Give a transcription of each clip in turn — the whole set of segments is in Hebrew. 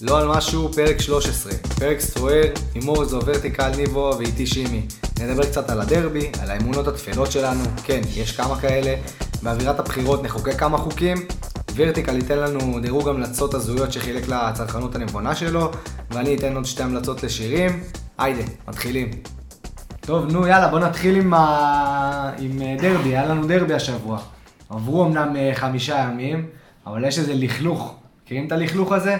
לא על משהו, פרק 13. פרק סטרואל, עם אורזו ורטיקל ניבו ואיתי שימי. נדבר קצת על הדרבי, על האמונות התפלות שלנו, כן, יש כמה כאלה. באווירת הבחירות נחוקק כמה חוקים. ורטיקל ייתן לנו דירוג המלצות הזויות שחילק לצרכנות הנבונה שלו, ואני אתן עוד שתי המלצות לשירים. היידה, מתחילים. טוב, נו, יאללה, בוא נתחיל עם, ה... עם אה, דרבי, היה לנו דרבי השבוע. עברו אמנם אה, חמישה ימים, אבל יש איזה לכלוך. מכירים את הלכלוך הזה?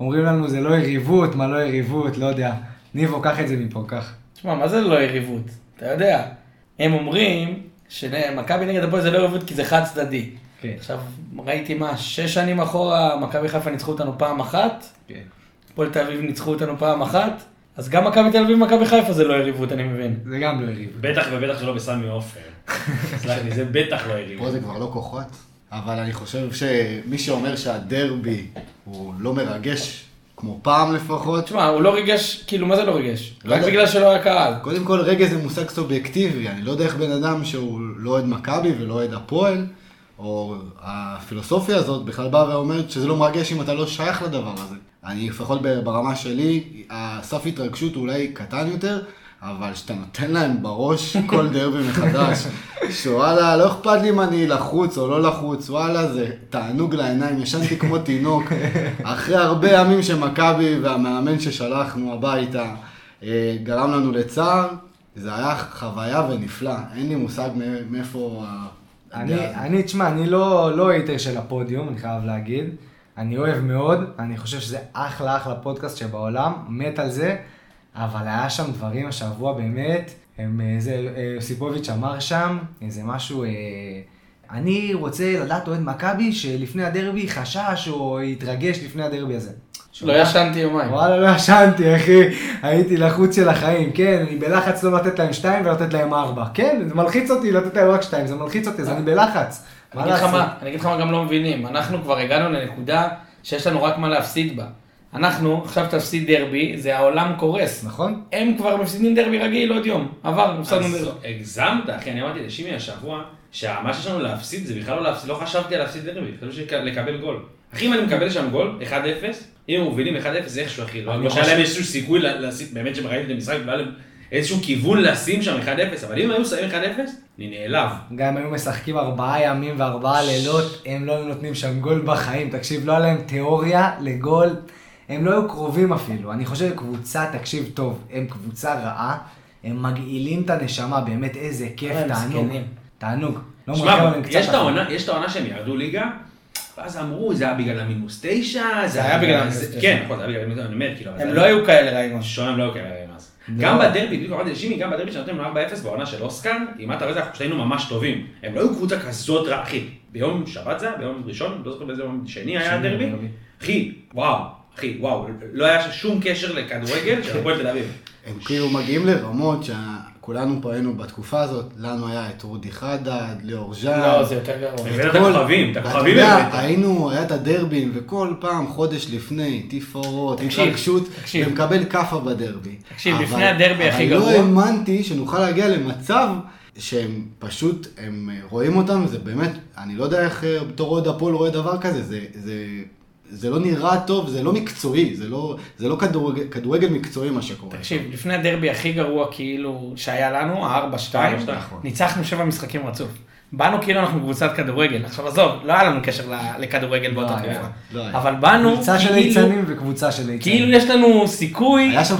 אומרים לנו זה לא יריבות, מה לא יריבות, לא יודע. ניבו, קח את זה מפה, קח. תשמע, מה זה לא יריבות? אתה יודע. הם אומרים שמכבי נגד הפועל זה לא יריבות כי זה חד צדדי. כן. עכשיו, ראיתי מה, שש שנים אחורה, מכבי חיפה ניצחו אותנו פעם אחת, כן. הפועל תל אביב ניצחו אותנו פעם אחת, אז גם מכבי תל אביב ומכבי חיפה זה לא יריבות, אני מבין. זה גם לא יריבות. בטח ובטח שלא בסמי עופר. סלח לי, זה בטח לא יריב. פה זה כבר לא כוחות, אבל אני חושב שמי שאומר שהדרבי הוא לא מרגש, כמו פעם לפחות, תשמע, הוא לא ריגש, כאילו, מה זה לא ריגש? לא רק יודע. בגלל שלא היה קהל. קודם כל רגע זה מושג סובייקטיבי, אני לא יודע איך בן אדם שהוא לא אוהד מכבי ולא אוהד הפועל, או הפילוסופיה הזאת בכלל באה ואומרת שזה לא מרגש אם אתה לא שייך לדבר הזה. אני לפחות ברמה שלי, הסף התרגשות הוא אולי קטן יותר. אבל כשאתה נותן להם בראש כל דרבי מחדש, שוואלה, לא אכפת לי אם אני לחוץ או לא לחוץ, וואלה, זה תענוג לעיניים, ישנתי כמו תינוק, אחרי הרבה ימים שמכבי והמאמן ששלחנו הביתה, אה, גרם לנו לצער, זה היה חוויה ונפלא, אין לי מושג מא- מאיפה... ה- אני, הדעה הזאת. אני, תשמע, אני לא, לא הייטר של הפודיום, אני חייב להגיד. אני אוהב מאוד, אני חושב שזה אחלה אחלה פודקאסט שבעולם, מת על זה, אבל היה שם דברים השבוע באמת, הם, אה, זה, אה, יוסיפוביץ' אמר שם, איזה משהו, אה, אני רוצה לדעת אוהד מכבי שלפני הדרבי חשש או התרגש לפני הדרבי הזה. לא ישנתי יומיים. וואלה, לא ישנתי, אחי. הייתי לחוץ של החיים, כן, אני בלחץ לא לתת להם שתיים ולתת להם ארבע. כן, זה מלחיץ אותי לתת להם רק שתיים, זה מלחיץ אותי, אז אני בלחץ. אני אגיד לך מה, אני אגיד לך מה גם לא מבינים, אנחנו כבר הגענו לנקודה שיש לנו רק מה להפסיד בה. אנחנו, עכשיו תפסיד דרבי, זה העולם קורס. נכון? הם כבר מפסידים דרבי רגיל עוד יום, עבר, הפסדנו אז דרבי. הגזמת, אחי, אני אמרתי לשימי השבוע, שמה שיש לנו להפסיד זה בכלל לא להפסיד, לא חשבתי על להפסיד דרבי, חשבתי לקבל גול. אחי, אם אני מקבל שם גול, 1-0, אם הם מובילים 1-0 זה איכשהו, אחי, אני לא לא שהיה להם איזשהו סיכוי לה- להשיג, באמת שראיתי את המשחק, לא היה להם איזשהו כיוון לשים שם 1-0, אבל אם היו שמים 1-0, אני נעלב. גם אם היו משחקים ארבעה ימים וארבעה לילות, הם לא היו נותנים שם גול בחיים. תקשיב, לא היה להם תיאוריה לגול. הם לא היו קרובים אפילו. אני חושב שקבוצה, תקשיב טוב, הם קבוצה רעה, הם מגעילים את הנשמה, באמת, איזה כיף, אה, הם תענוג. מסכנים. תענוג. לא מורכב שמע, עליהם קצת. יש את אפילו. העונה- יש את העונה שהם ירדו ליגה, ואז אמרו, זה היה בגלל המינוס תשע, זה היה בגלל המינוס זה- תשע. כן, נכון, זה היה בגלל המינוס תשע, אני אומר, כאילו, אבל הם זה לא היה- היו כאלה רעים. שונה הם לא היו כאלה רעים אז. לא. גם בדרבי, בדיוק אמרתי לשימי, גם בדרבי שנותנים לנו 4-0 בעונה של אוסקר, אם אתה רואה את זה, אנחנו פשוט היינו ממש טובים. הם לא היו קבוצה כזאת רע, אחי. ביום שבת זה היה, ביום ראשון, לא זוכר באיזה יום שני היה שני, הדרבי. דרבי. אחי, וואו, אחי, וואו, לא היה שום קשר לכדורגל של הפועל תל אביב. הם כאילו מגיעים לרמות שכולנו פה היינו בתקופה הזאת, לנו היה את רודי חדד, ליאור ז'אן. לא, זה יותר גרוע. אוקיי. הבאת את הכוכבים, את ואתה הכוכבים יודע, הבאת. היינו, היה את הדרבים, וכל פעם, חודש לפני, תפאורות, תקשיב, התרגשות, תקשיב. ומקבל כאפה בדרבי. תקשיב, אבל- לפני הדרבי הכי אבל גרוע. לא האמנתי שנוכל להגיע למצב שהם פשוט, הם אה, רואים אותנו, זה באמת, אני לא יודע איך אה, בתור אוהד הפועל רואה דבר כזה, זה... זה... זה לא נראה טוב, זה לא מקצועי, זה לא, זה לא כדורגל, כדורגל מקצועי מה שקורה. תקשיב, לפני הדרבי הכי גרוע כאילו שהיה לנו, ה-4-2, הארבע-שתיים, נכון. ניצחנו שבע משחקים רצוף. באנו כאילו אנחנו קבוצת כדורגל. עכשיו עזוב, לא היה לנו קשר ל- לכדורגל באותה היה, לא תקופה. היה. אבל באנו קבוצה של כאילו, ליצנים וקבוצה של ליצנים. כאילו יש לנו סיכוי היה שם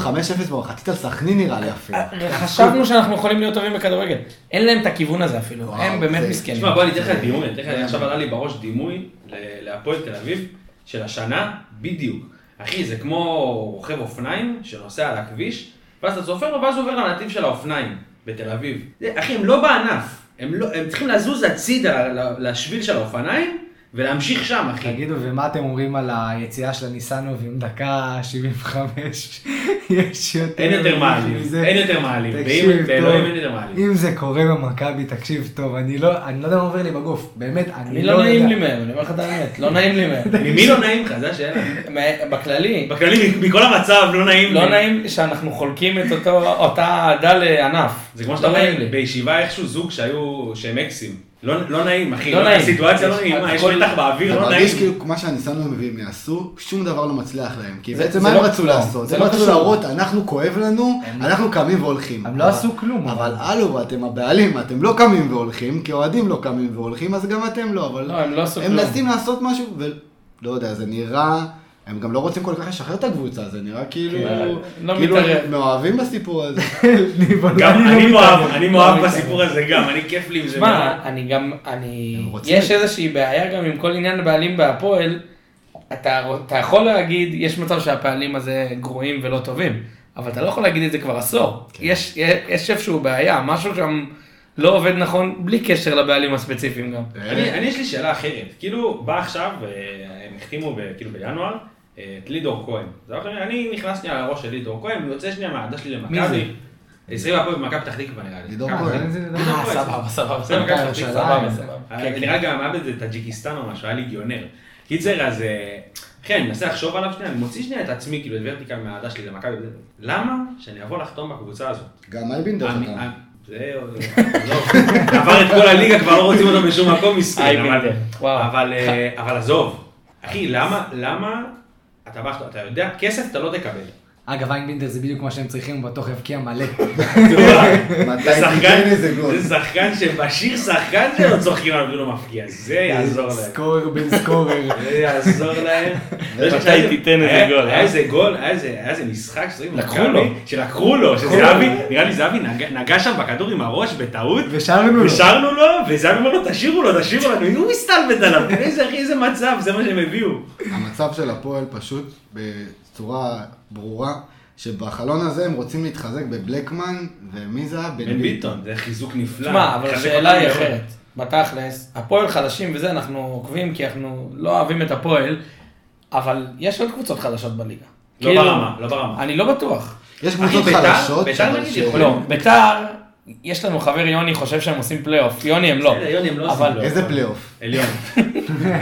5-0 במחצית על סכנין נראה לי אפילו. אה, חשבנו שאנחנו יכולים להיות טובים בכדורגל. אין להם את הכיוון הזה אפילו, וואו, הם באמת זה- מסכנים. תשמע, בוא אני אתן לך דימוי, אני אתן לך, עכשיו עלה לי בראש דימוי ל- להפועל תל אביב של השנה, בדיוק. אחי, זה כמו רוכב אופניים שנוסע על הכביש, ואז אתה צופר לו, ואז הוא עובר לנתיב של האופניים בתל אביב. זה- אחי, הם לא בענף, הם לא- הם צריכים לזוז הצידה ל- ל- לשביל של האופניים ולהמשיך שם, אחי. תגידו, ומה אתם אומרים על היציאה של הניסנוב עם דקה 75? יש יותר... אין יותר מעלים, מזה. אין יותר מעלים, תקשיב, ואם- באלוהים טוב. אין יותר מעלים. אם זה קורה במכבי, תקשיב טוב, אני לא אני לא יודע מה עובר לי בגוף, באמת, אני אני לא לא נעים לי יודע. מהם, אני אומר לך את האמת, לא נעים לי מהם. ממי לא נעים לך? זה השאלה. מה- בכללי, בכללי, מכל המצב, לא נעים. לא לי. נעים לי שאנחנו חולקים את אותו- אותה אהדה לענף. זה כמו שאתה לא נעים אומר, לי. בישיבה איכשהו זוג שהיו, שהם אקסים. לא לא נעים, אחי. לא נעים. הסיטואציה לא יש- נעימה, יש הכל- מתח באוויר, אתה לא מרגיש נעים. כאילו מה שהניסנים הם יעשו, שום דבר לא מצליח להם. כי זה- בעצם זה מה הם לא- רצו לא, לעשות? זה הם לא רצו קשור. להראות, אנחנו כואב לנו, הם- אנחנו קמים והולכים. הם לא אבל- עשו כלום, אבל אבל- הלו, אתם הבעלים, אתם לא קמים והולכים, כי אוהדים לא קמים והולכים, אז גם אתם לא, אבל... לא, הם לא עשו הם כלום. מנסים לעשות משהו, ולא יודע, זה נראה... הם גם לא רוצים כל כך לשחרר את הקבוצה, זה נראה כאילו... כן, לא כאילו מתערב. הם מאוהבים בסיפור הזה. לא גם אני מאוהב, אני מאוהב לא בסיפור הזה גם, אני כיף לי עם זה. שמע, אני גם, אני... הם רוצים את יש זה. איזושהי בעיה גם עם כל עניין הבעלים בהפועל. אתה רוצ- אתה יכול להגיד, יש מצב שהבעלים הזה גרועים ולא טובים, אבל אתה לא יכול להגיד את זה כבר עשור. יש יש איפשהו בעיה, משהו שם לא עובד נכון, בלי קשר לבעלים הספציפיים גם. אני, אני יש לי שאלה אחרת, כאילו בא עכשיו, אה, הם החתימו ב- כאילו בינואר, אה, את לידור כהן. זה לא- אני נכנס שנייה לראש של לידור כהן, יוצא שנייה מהעדה שלי מי זה? למכבי. סביב הפועל במכבי פתח תקווה נראה לי. לא, לידור כמה? כהן. אה, סבבה, סבבה, זה מכבי סבבה, פתח תקווה, סבבה, לא, סבבה, אה, סבבה. כן, סבבה. נראה לי גם היה באיזה טאג'יקיסטן או משהו, היה ליגיונר. קיצר, אז אה, אחי, אני מנסה לחשוב עליו שנייה, אני מוציא שנייה את עצמי, כאילו, את ורטיקל מהעדה שלי למכבי. למה שאני אבוא לחתום בקבוצה הזאת? גם אייבינדר אה, אני- חתם. אני- זה עזוב. עבר את כל הליגה, כבר לא רוצים אותו בשום מקום מסכן. איי, אבל- בינדר, אה, כן, וואו. אבל אה, אבל עזוב, אחי, למה, למה, אתה בא, אתה יודע, כסף אתה לא תקבל. אגב, איינבינדר זה בדיוק מה שהם צריכים, הוא בטוח יבקיע מלא. מתי זה תיתן איזה שחקן, גול? זה שחקן שבשיר שחקן שלא צוחקים עליו ולא מפגיע, זה יעזור להם. סקורר בן סקורר. זה יעזור להם. ומתי תיתן איזה היה- גול, אה? היה איזה גול, היה איזה היה איזה משחק ששחקים לקחו במכבי, לו. שלקחו לו, שזהבי, נראה לי זהבי נגע- נגע שם בכדור עם הראש בטעות, ושרנו לו. ושרנו לו, וזהבי אמר לו, תשאירו לו, תשאירו לנו, הוא מסתלבט עליו, תראה איזה אחי, איזה מצב, זה מה שהם הביאו. המצב של הפועל פשוט בצורה ברורה, שבחלון הזה הם רוצים להתחזק בבלקמן, ומי זה היה? בן ביטון, זה חיזוק נפלא. תשמע, אבל מחזק השאלה אותנו היא מאוד. אחרת. בתכלס, הפועל חלשים וזה, אנחנו עוקבים כי אנחנו לא אוהבים את הפועל, אבל יש עוד קבוצות חלשות בליגה. לא כאילו, ברמה, לא ברמה. אוקיי. אני לא בטוח. יש אחי, קבוצות ביתר- חלשות, ביתר אבל נגיד ש- יכולים. לא, ביתר, יש לנו חבר יוני חושב שהם עושים פלייאוף. יוני הם לא. בסדר, יוני, הם לא עושים אבל- פלייאוף. איזה פלייאוף. עליון. הוא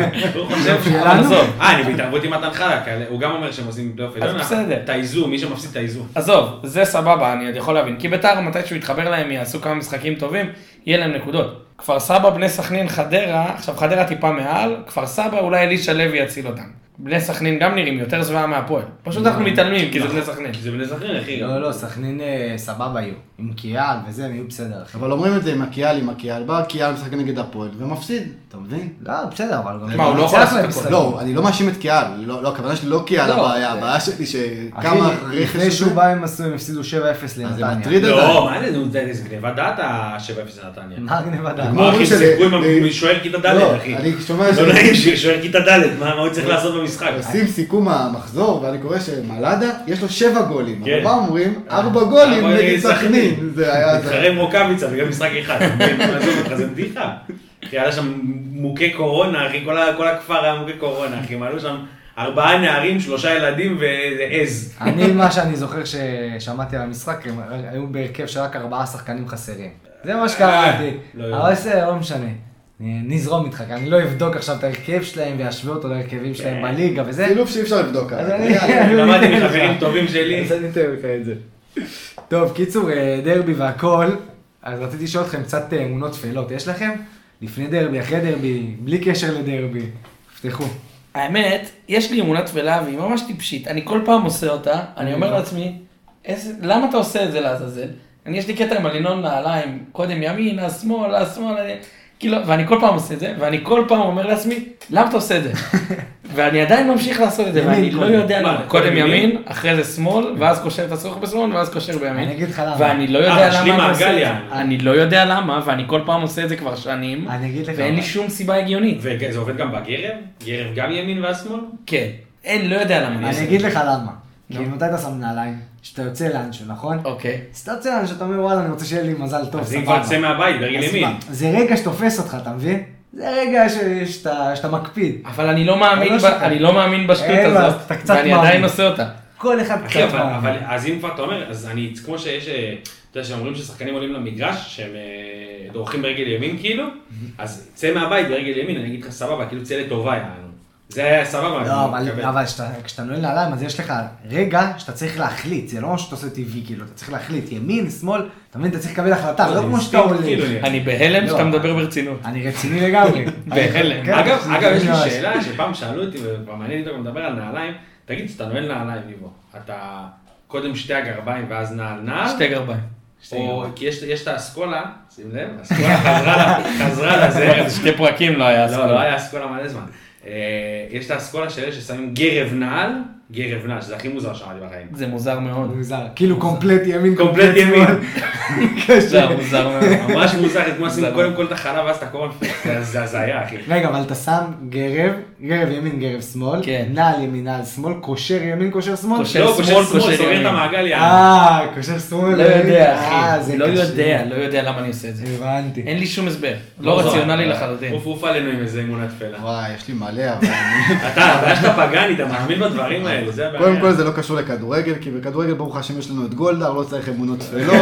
חושב זה שהוא- אבל עזוב, אה, אני בהתערבות עם מתן חלק, הוא גם אומר שהם עושים פלייאוף עליון. בסדר. תעיזו, מי שמפסיד תעיזו. עזוב, זה סבבה, אני עוד יכול להבין. כי ביתר, מתי שהוא יתחבר להם, יעשו כמה משחקים טובים, יהיה להם נקודות. כפר סבא, בני סכנין, חדרה, עכשיו חדרה טיפה מעל, כפר סבא, אולי אלישע לוי יציל אותם. בני סכנין גם נראים יותר זוועה מהפועל. פשוט אנחנו מתעלמים, נכון. כי זה בני סכנין. נכון. זה בני זכרין, אחי. לא, לא, סכנין אה, סבבה היו. עם קיאל וזה, הם יהיו בסדר, אחי. אבל אומרים את זה עם הקיאל, עם הקיאל, בא הקיאל משחק נגד הפועל ומפסיד, אתה מבין? לא, בסדר, אבל גם... מה, הוא לא יכול ניצח לעשות להם הכל. משחק. לא, אני לא מאשים את קיאל, לא, לא, הכוונה שלי לא קיאל לא, הבעיה, זה- הבעיה שלי שכמה אחי, לא, רכש... לפני שהוא הזה- בא הם עשו, הם הפסידו 7-0 אז זה לנתניה. מטריד לא, עדיין. מה זה, נו, זה זה גניבת דעת ה-7-0 נתניה. מה גניבה דעת? כמו אחי, אומרים שזה- שיחקו עם אה, שוער כיתה לא, ד', אחי. אני שומע זה לא ש- נעים ששוער כיתה ד', מה מה הוא צריך לעשות במשחק? עושים סיכום המחזור, ואני קורא שמלאדה, יש לו שבע גולים. כן. אבל מה אומרים? ארבע גולים אבל נגד סכנין. סכנין. זה היה זה. מתחרה עם רוקאביצה בגלל משחק אחד, אתה מבין? עזוב אותך, זה בדיחה. אחי, היה שם מוכי קורונה, אחי, כל ה- כל הכפר היה מוכי קורונה, אחי, הם עלו שם ארבעה נערים, שלושה ילדים ואיזה עז. אני, מה שאני זוכר ששמעתי על המשחק, הם היו בהרכב שרק ארבעה שחקנים חסרים. זה מה אה, שקראתי. לא יודע. אבל זה לא משנה. נזרום איתך, כי אני לא אבדוק עכשיו את ההרכב שלהם ואשווה אותו להרכבים שלהם אה, בליגה וזה. סילוף שאי אפשר לבדוק. אז עליו. אני- יאללה. למדתי מחברים טובים שלי. אז אני אתן לך את זה. טוב, קיצור, אה, דרבי והכל, אז רציתי לשאול אתכם קצת אה, אמונות טפלות. יש לכם? לפני דרבי, אחרי דרבי, בלי קשר לדרבי. תפתחו. האמת, יש לי אמונה טפלה והיא ממש טיפשית. אני כל פעם עושה אותה, אני אומר לעצמי, "איזה- למה אתה עושה את זה לעזאזל? אני, יש לי קטע עם הלינון נעליים, קודם ימין, אז שמאל, אז שמאל, אני- כאילו, ואני כל פעם עושה את זה, ואני כל פעם אומר לעצמי, למה אתה עושה את זה? ואני עדיין ממשיך לעשות את זה, ימין ואני לא קודם. יודע מה, למה. קודם קודם ימין? ימין, אחרי זה שמאל, ואז קושר את הסרוך בשמאל, ואז קושר בימין. אני אגיד לך למה. ואני לא אה, יודע משלים למה אני עושה את מעגל, זה. אני לא יודע למה, ואני כל פעם עושה את זה כבר שנים, אני אגיד לך ואין מה. לי שום סיבה הגיונית. וזה עובד גם בגרב? גרב גם ימין ואז שמאל? כן. אין, לא יודע למה אני עושה אני את אגיד לך למה. כי נו. מתי אתה שם נעליים? כשאתה יוצא לאנשהו, נכון? אוקיי. אז אתה יוצא לאנשהו, אתה אומר וואלה, אני רוצה שיהיה לי מזל טוב, אז אם כבר צא מהבית, ברגל אז ימין. מה, זה רגע שתופס אותך, אתה מבין? זה רגע ש- שאתה שאתה מקפיד. אבל אני לא מאמין, לא ב... שחקן. אני לא מאמין בשטות אין מה, הזאת, אתה קצת ואני מאמין. עדיין עושה אותה. כל אחד אחי, קצת אבל, מאמין. אבל אז אם כבר אתה אומר, אז אני, כמו שיש, אה, אתה יודע, שאומרים ששחקנים עולים למגרש, שהם אה, דורכים ברגל ימין כאילו, אז צא מהבית ברגל ימין, אני אגיד לך סבבה, כאילו צא לטובה יענו. זה סבבה, לא, אני אבל, מקבל. אבל שאתה- כשאתה נועל נעליים, אז יש לך רגע שאתה צריך להחליט, זה לא משהו שאתה עושה טבעי, כאילו, אתה צריך להחליט, ימין, שמאל, אתה מבין, אתה צריך לקבל החלטה, לא, לא זה כמו שאתה אינסטינקט, עולה. כאילו, נראה. אני בהלם לא. שאתה מדבר ברצינות. אני רציני לגמרי. בהלם. כן, אגב, זה אגב, יש ממש. לי שאלה שפעם שאלו אותי, וכבר מעניין אותי, אתה מדבר על נעליים, תגיד, כשאתה נועל נעליים, ליבו, אתה קודם שתי הגרביים ואז נעל נעל? שתי גרביים. או כי יש יש את האסכולה, שים לב, האסכולה חזרה ל- חזרה לזה. זה שתי פרקים לא היה לא, לא הסכמה. היה אסכולה מלא זמן. אה, יש את האסכולה של אלה ששמים גרב נעל, גרב נעל, שזה הכי מוזר שמעתי בחיים. זה מוזר מאוד. מוזר. כאילו קומפלט ימין, קומפלט ימין. שמאל. קשה. זה מוזר מאוד. ממש מוזר, זה כמו לשים זה לא. קודם כל את החלב ואז את הקורנפלקס, זה- זה הזיה, אחי. רגע, אבל אתה שם גרב, גרב ימין, גרב שמאל, כן. נעל ימין, נעל שמאל, קושר ימין, קושר שמאל. קושר. לא, שמאל, קושר קושר שמאל, סוגר ימין. את המעגל, יאללה. אה, קושר שמאל. לא יודע, אה, זה אחי. לא קשה. יודע, לא יודע למה אני עושה את זה. הבנתי. אין לי שום הסבר. לא רציונלי לחלוטין. אה, עוף עוף עלינו עם איזה אמונה תפלה. וואי, יש לי מלא, אבל אני... אתה, הבעיה שאתה פגני, אתה מאמין בדברים האלה, זה הבעיה. קודם כל זה לא קשור לכדורגל, כי בכדורגל ברוך השם יש לנו את גולדהר, לא צריך אמונות טפלות.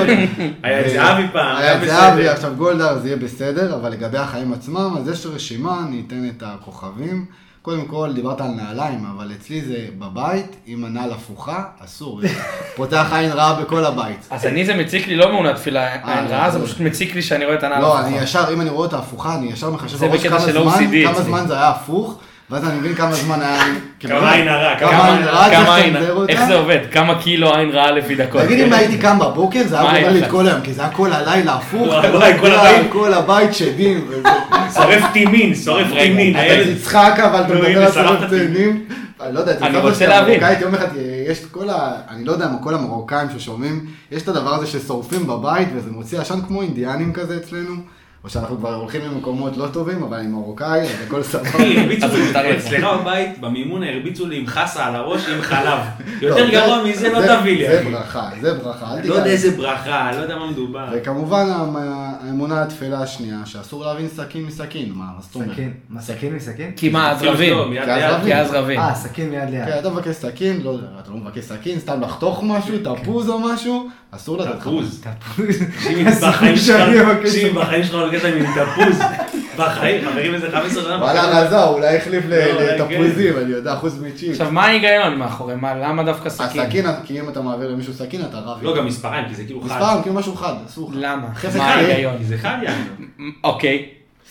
היה את ו- זהבי פעם, היה את היה זהבי, בסדר. עכשיו גולדהר זה יהיה בסדר, אבל לגבי החיים עצמם, אז יש רשימה, אני אתן את הכוכבים. קודם כל, דיברת על נעליים, אבל אצלי זה בבית, אם הנעל הפוכה, אסור. פותח עין רעה בכל הבית. אז אני זה מציק לי לא מאונת תפילה אה, עין רעה, זה לא. פשוט מציק לי שאני רואה את הנעל. לא, הפוכה. אני ישר, אם אני רואה אותה הפוכה, אני ישר מחשב זה בראש בקטע כמה של OCD זמן, כמה אצלי. זמן זה היה הפוך, ואז אני מבין כמה זמן היה... כמה עין הרע, כמה עין רעה, כמה צריך עין, לסדר אותה. איך זה עובד? כמה קילו עין רעה לפי דקות? תגיד אם הייתי קם בבוקר, זה מה היה גורם לי היית את כל היום, כי זה היה כל הלילה הפוך, וואי, וואי, לא, כל הבית. כל הבית שדים. וזה- שורף טימין, שורף רגע, טימין, אתה הילד. תצחק אבל אתה אלוהים, מדבר על ושרפת סרט ציינים. אני לא יודע, אני סבא רוצה שלי להבין. המרוקאית, יום אחד יש את כל ה... אני לא יודע מה, כל המרוקאים ששומעים, יש את הדבר הזה ששורפים בבית וזה מוציא עשן כמו אינדיאנים כזה אצלנו, או שאנחנו כבר הולכים למקומות לא טובים, אבל אני מרוקאי, אז הכל סבבה. אחי, הרביצו אז מותר לי, לך. אצלך בבית, במימונה הרביצו לי עם חסה על הראש עם חלב. לא, יותר זה- גרוע מזה לא תביא לי. זה אחי. ברכה, זה ברכה, אל לא תיגע. יודע איזה ברכה, לא יודע מה מדובר. וכמובן המ- האמונה התפלה השנייה, שאסור להבין סכין מסכין, מה, מה זאת אומרת? סכין. מה, סכין מסכין? כי מה, אז רבים. טוב, יד כי אז לא ליד. רבים. כי אז רבים. אה, סכין מיד ליד. כן, אתה מבקש סכין, לא יודע, אתה לא מבקש סכין, סתם לחתוך משהו, תפוז או משהו, אסור לתת לך. תפוז. תפוז. תקשיב, בחיים הסיכוי שאני שלך- אבקש. תקשיב, בחיים שלך לא קטע עם תפוז. בחיים, חברים איזה 15 שנה. וואלה רזה, אולי החליף ל- לא, אולי לתפוזים, אני יודע, חוץ מצ'יפ. עכשיו, מה ההיגיון מאחורי? מה, למה דווקא סכין? הסכין, כי אם אתה מעביר למישהו סכין, אתה רב. לא, גם מספריים, כי זה כאילו חד. מספר, כאילו משהו חד, אסור. למה? חפץ מה חיים. ההיגיון? כי זה חד יענו. אוקיי.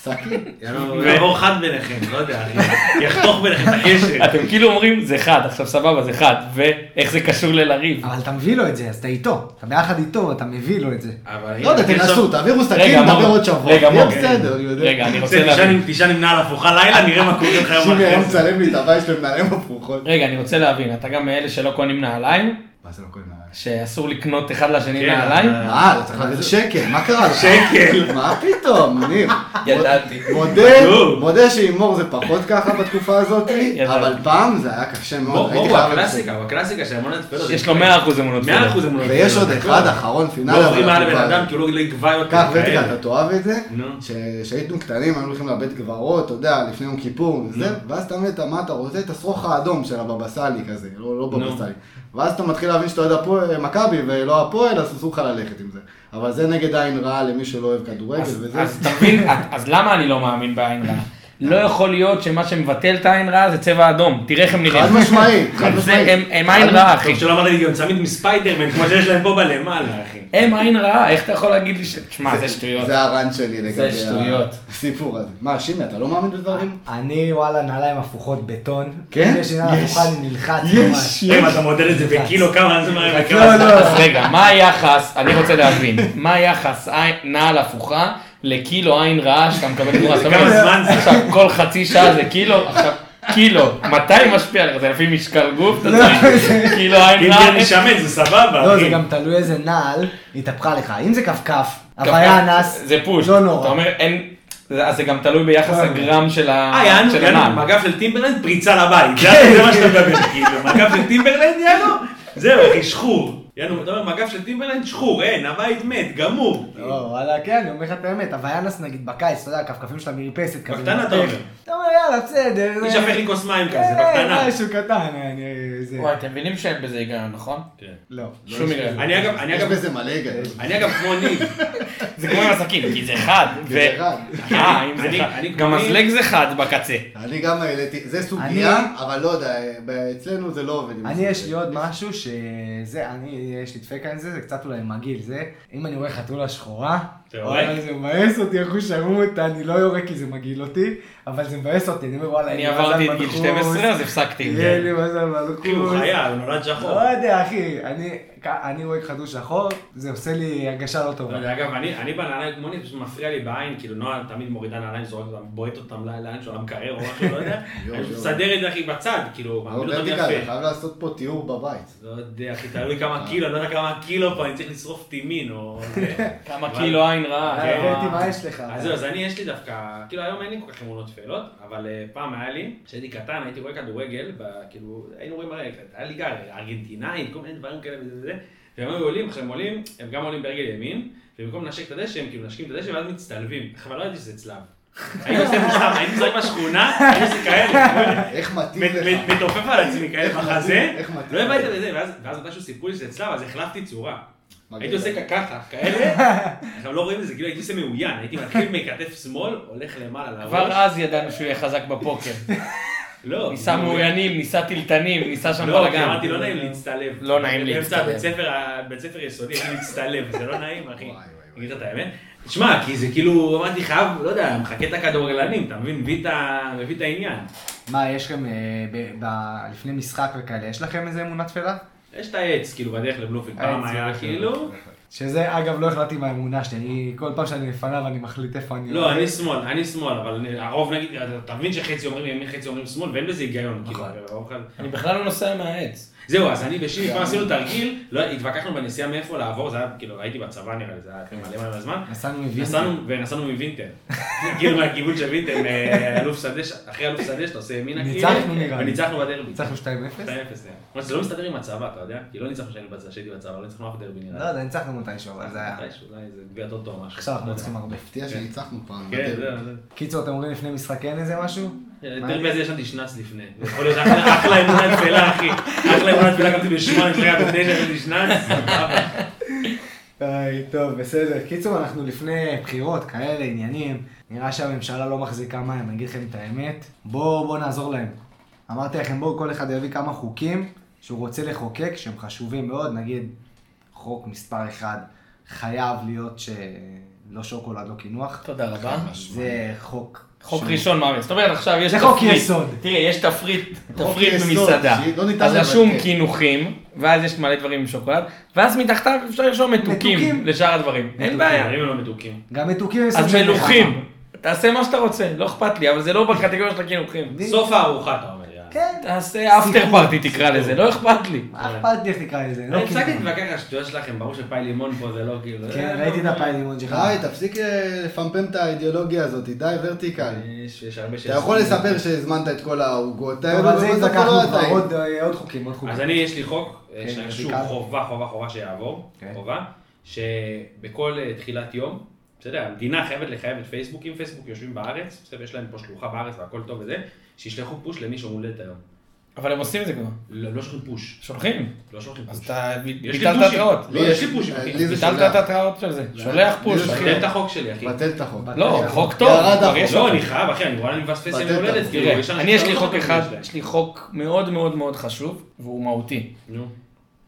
סכין. יענו, יעבור חד ביניכם, לא יודע, אחי. יחתוך ביניכם את הקשר. אתם כאילו אומרים, זה חד, עכשיו סבבה, זה חד, ואיך זה קשור ללריב? אבל אתה מביא לו את זה, אז אתה איתו. אתה ביחד איתו, אתה מביא לו את זה. אבל לא יודע, הנה, תנסו, תעבירו רגע, סכין, נדבר מור. עוד שבוע. רגע, יהיה מור. בסדר, אני יודע. רגע, אני רוצה תשע- להבין. תשע נמנה על הפוכה לילה, נראה מה קורה לך יום שימי היה אחרי. מצלם לי את הבית שלהם נעליים הפוכות. רגע, אני רוצה להבין, אתה גם מאלה שלא קונים נעליים? מה זה לא קוראים נעליים? שאסור לקנות אחד לשני כן, נעליים? אבל- אה, אתה צריך להביא שקל, מה קרה? שקל. מה פתאום, ניב? ידעתי. מודה, נו. מודה שעם מור זה פחות ככה בתקופה הזאת, ידעתי. אבל פעם זה היה קשה מאוד. בוא, הייתי בוא, חייב הקלאסיקה, הקלאסיקה של המון התפילות. יש לו 100% אמונות תפילה. 100% אמונות לציין. ויש עוד אחד, אחרון, פינאלי. לא עוברים אבל מעל לבן אנחנו אדם, כבר- כי הוא לא יגבה יותר. כך, ורטיקל, אתה תאהב את זה? נו. כשהיינו קטנים, היינו הולכים לבית גברות, אתה יודע, לפני יום כיפור וזה, ואז אתה אומר, מה אתה רוצה? את השרוך האדום של הבבא סאלי כזה, לא לא נו. בבא סאלי. ואז אתה מתחיל להבין שאתה אוהד הפועל- אה, מכבי ולא הפועל, אז אסור לך ללכת עם זה. אבל זה נגד עין רעה למי שלא אוהב כדורגל אז- וזה. אז אתה מבין, אז- אז למה אני לא מאמין בעין רעה? לא יכול להיות שמה שמבטל את העין רעה זה צבע אדום, תראה איך הם נראים. חד משמעית, חד זה- משמעית. הם- הם עין רעה, אחי. טוב שלא אמרת לי גם צמיד מספיידרמן, כמו שיש להם פה בלמעלה, אחי. הם עין רעה, איך אתה יכול להגיד לי ש... תשמע, זה שטויות. זה הרן שלי לגבי שטויות. הסיפור הזה. מה, שימי, אתה לא מאמין בדברים? אני וואלה נעליים הפוכות בטון. כן? אם יש לי נעליים יש. הפוכה אני נלחץ ממש. יש, יש. אם אתה מודד את זה בקילו, כמה זה מראה לא, וכמה זה... לא. אז רגע, מה היחס, אני רוצה להבין, מה היחס עין- נעל הפוכה לקילו עין רעה שאתה מקבל תמורה? זאת אומרת, כמה זמן זה? עכשיו, כל חצי שעה זה קילו, עכשיו, קילו, מתי משפיע עליך? זה לפי משקל גוף? אתה צריך קילו אם עין כן רעה? נשמט זה סבבה, לא, זה אחי. גם תלוי איזה נעל התהפכה לך. אם זה כפכף, הוויה אנס, זה פוש. לא נורא. אתה אומר, אין... זה- אז זה גם תלוי ביחס לא. הגרם של ה- אה, יענו, של יענו, הנעל. מגף של טימברלנד, פריצה לבית. כן, זה זה מה שאתה מדבר, כאילו. מגף של טימברלנד, יענו, זהו, אחי, שחור. יענו, אתה אומר, מגף של טימברלנד, שחור, אין, הבית מת, גמור. לא, וואלה, כן, אני אומר לך את האמת, הוויה אנס נגיד בקיץ, אתה יודע, הכפכפים של המרפסת כזה. בקטנה מתהפך. אתה אומר. אתה אומר, יאללה, בסדר. מי זה- שפך לי כוס מים כזה, אה, בקטנה. משהו קטן, אני... זה... וואי, אתם מבינים שאין בזה היגיון, נכון? כן. לא. שום היגיון. אני אגב, אני יש אגב, בזה מלא היגיון. אני אגב כמו ניב, זה כמו עם הסכין, כי זה אחד. ו- כי זה אחד. אה, אם זה אני- אחד. אני גם כמו- מזלג זה חד בקצה. אני גם העליתי, זה סוגיה, אבל לא יודע, אצלנו זה לא עובד. עם אני הסוגיה. יש לי עוד משהו שזה, אני יש לי דפקה עם זה, זה קצת אולי מגעיל, זה, אם אני רואה חתולה שחורה, אתה יורק? אוי, זה מבאס אותי, איך הוא שרוט, אני לא יורק כי זה מגעיל אותי, אבל זה מבאס אותי, אני אומר וואלה, אני אין לי עברתי מזל את גיל מלכות, 12, אז הפסקתי עם יהיה זה. כאילו, לי מזל אחי, הוא מלכות. חיה, כאילו, הוא נולד לא שחור. יודע, אחי, אני- אני רואה חתול שחור, זה עושה לי הרגשה לא טובה. אבל אה, אגב, אני, אני בנעליים כמוני, פשוט מפריע לי בעין, כאילו נועה תמיד מורידה נעליים, זורקת אותם, בועט אותם ל- לעין של המקרר או משהו, לא יודע. יואו, אני פשוט יואו. לא, מסדר את זה אחי בצד, כאילו, מעמיד אותם ורטיקל, אתה יפה. חייב לעשות פה תיאור בבית. לא יודע, אחי, תלוי כמה אה. קילו, אני לא יודע כמה קילו פה, אני צריך לשרוף טימין או... זה. כמה אבל- קילו עין רעה. כן. ראיתי אה, מה יש לך. אה. אז זהו, אז אני יש לי דווקא, כאילו היום אין לי כל כך אמונות טפלות, אבל אה, פעם היה לי, כשהייתי קטן הייתי רואה כדורגל, ב- כאילו היינו רואים הרי, היה ליגה ארגנטינאית, כל מיני דברים כאלה וזה וזה, והם היו עולים, עכשיו הם עולים, הם גם עולים ברגל ימין, ובמקום לנשק את הדשא הם כאילו מנשקים את הדשא ואז מצטלבים, אבל לא ידעתי שזה צלב. הייתי עושה מושלם, הייתי צועק בשכונה, הייתי עושה כאלה, איך מ- מתאים מ- לך. מתעופף על עצמי כאלה איך מתאים, בחזה, איך מתאים. לא הבנתי את זה, ואז- ואז מתישהו סיפרו לי שזה צלב, אז החלפתי צורה. מגעיל. הייתי עושה ככה, כאלה, עכשיו לא רואים את זה, כאילו הייתי עושה מאוין, הייתי מתחיל מכתף שמאל, הולך למעלה כבר לראש. אז ידענו שהוא יהיה חזק בפוקר. לא, ניסה מאוינים, ניסה טילטנים, ניסה שם לא, כי בלאגן. אמרתי לא נעים להצטלב. לא נעים באמצע להצטלב. בית ספר, ה- בית ספר יסודי, הייתי להצטלב, זה לא נעים, אחי. וואי, וואי, וואי. אני אגיד לך את האמת. שמע, כי זה כאילו, אמרתי חייב, לא יודע, מחכה את הכדורגלנים, אתה מבין? מביא את ה- מביא את העניין. מה, יש לכם, אה, ב- ב- לפני משחק וכאלה, יש לכם איזה אמונה טפלה? יש את העץ, כאילו, בדרך לבלופילד, פעם העץ, היה כאילו... שזה, אגב, לא החלטתי מהאמונה שלי, אני, כל פעם שאני לפניו אני מחליט איפה אני... לא, אני שמאל, אני שמאל, אבל אני- הרוב נגיד, אתה- אתה מבין שחצי אומרים ימין, חצי אומרים שמאל, ואין בזה היגיון, כאילו, נכון. הרוב כאן- אני בכלל לא נוסע מהעץ. זהו, אז אני ושימי פעם עשינו תרגיל, לא, התווכחנו בנסיעה מאיפה לעבור, זה היה, כאילו, הייתי בצבא נראה לי, זה היה אחרי מלא מלא זמן. נסענו מווינטר. נסענו, ונסענו מווינטר. כאילו מהכיוון של וינטר, אה, אלוף שדה, ש- אחרי אלוף שדה שאתה עושה ימינה, כאילו, ניצחנו, נראה לי. וניצחנו בדרבי. ניצחנו 2-0? 2-0, כן. אבל זה לא מסתדר עם הצבא, אתה יודע? כי לא ניצחנו כשהיינו בצבא, כשהייתי בצבא, לא ניצחנו אף דרבי לא נראה לי. יודע, ניצחנו מתישהו, אבל זה היה... מתישהו, אולי איזה גביע טוטו או משהו. עכשיו לא אנחנו יודע. צריכים הרבה. מפתיע שניצחנו פעם. כן, זהו, זהו. קיצור, אתם אומרים לפני משחק אין איזה משהו? יותר מזה ישנתי שנץ לפני. יכול להיות אחלה אחלה אמונה תפלה, אחי. אחלה אמונה תפלה, קמתי בשמונה, נשחק בתשע, ישנתי שנץ, סבבה. היי, טוב, בסדר. קיצור, אנחנו לפני בחירות, כאלה עניינים. נראה שהממשלה לא מחזיקה מים, אני אגיד לכם את האמת. בואו, בואו נעזור להם. אמרתי לכם, בואו כל אחד יביא כמה חוקים שהוא רוצה לחוקק, שהם חשובים מאוד. נגיד, חוק מספר אחד חייב להיות שלא שוקולד, לא קינוח. תודה רבה. זה חוק... חוק שהוא- ראשון מאמץ. זאת אומרת, עכשיו יש זה תפריט. חוק יסוד. תראה, יש תפריט, חוק תפריט יסוד, במסעדה. שלא ניתן אז רשום לבטל. קינוחים, ואז יש מלא דברים עם שוקולד, ואז מתחתיו אפשר לרשום מתוקים מתוקים. לשאר הדברים. אין בעיה. הדברים הם לא מתוקים. גם מתוקים הם סוג אז של מלחמה. מלוכים. תעשה מה שאתה רוצה, לא אכפת לי, אבל זה לא בקטגוריה של הקינוחים. מי- סוף הארוחה, אתה אומר. יאללה. כן. תעשה אפטר סיכום. פארטי תקרא לזה, לא אכפת לי. מה אכפת לי איך תקרא לזה? לא אני הפסקתי כאילו- קינוח. להתווכח על השטויות שלכם, ברור שפאי לימון פה זה לא כאילו... כן, ראיתי את הפעי לימון שלך. די, תפסיק אה, לפמפם את האידיאולוגיה הזאת, די ורטיקל. כן. יש, יש הרבה ש... אתה יכול לספר שהזמנת את כל הערוגות האלה, טוב, על זה אבל בסוף התווכחנו לא כבר עדיין. עוד אה, עוד חוקים, עוד חוקים. אז אני, יש לי חוק, כן, שוב, רדיקל. חובה, חובה, חובה שיעבור, כן. חובה, שבכל אה, תחילת יום, בסדר, המדינה חייבת לחייב את פייסבוק, אם פייסבוק יושבים בארץ, בסדר, יש להם פה שלוחה בארץ והכל טוב וזה, שישלחו פוש למי שהוא הולדת היום. אבל הם עושים את זה כבר. לא לא שולחים פוש, שולחים. לא שולחים אז פוש. אתה יש לי ביטלת פושים. התראות. לא, יש לי פושים, אה, אחי. לי זה ביטלת שולח. את ההתראות של זה. שולח פוש, זה אחי. תן את החוק שלי, אחי. בטל את החוק. לא, חוק טוב. ירד כבר החוק. יש לא, אותו. אני חייב, אחי, אני רואה אני מפספס ימי בטל את הולדת, החוק. כאילו, תראה, יש אנשים אני יש שלא לי חוק שולחים אחד, פוש להם. יש לי חוק מאוד מאוד מאוד חשוב, והוא מהותי. נו.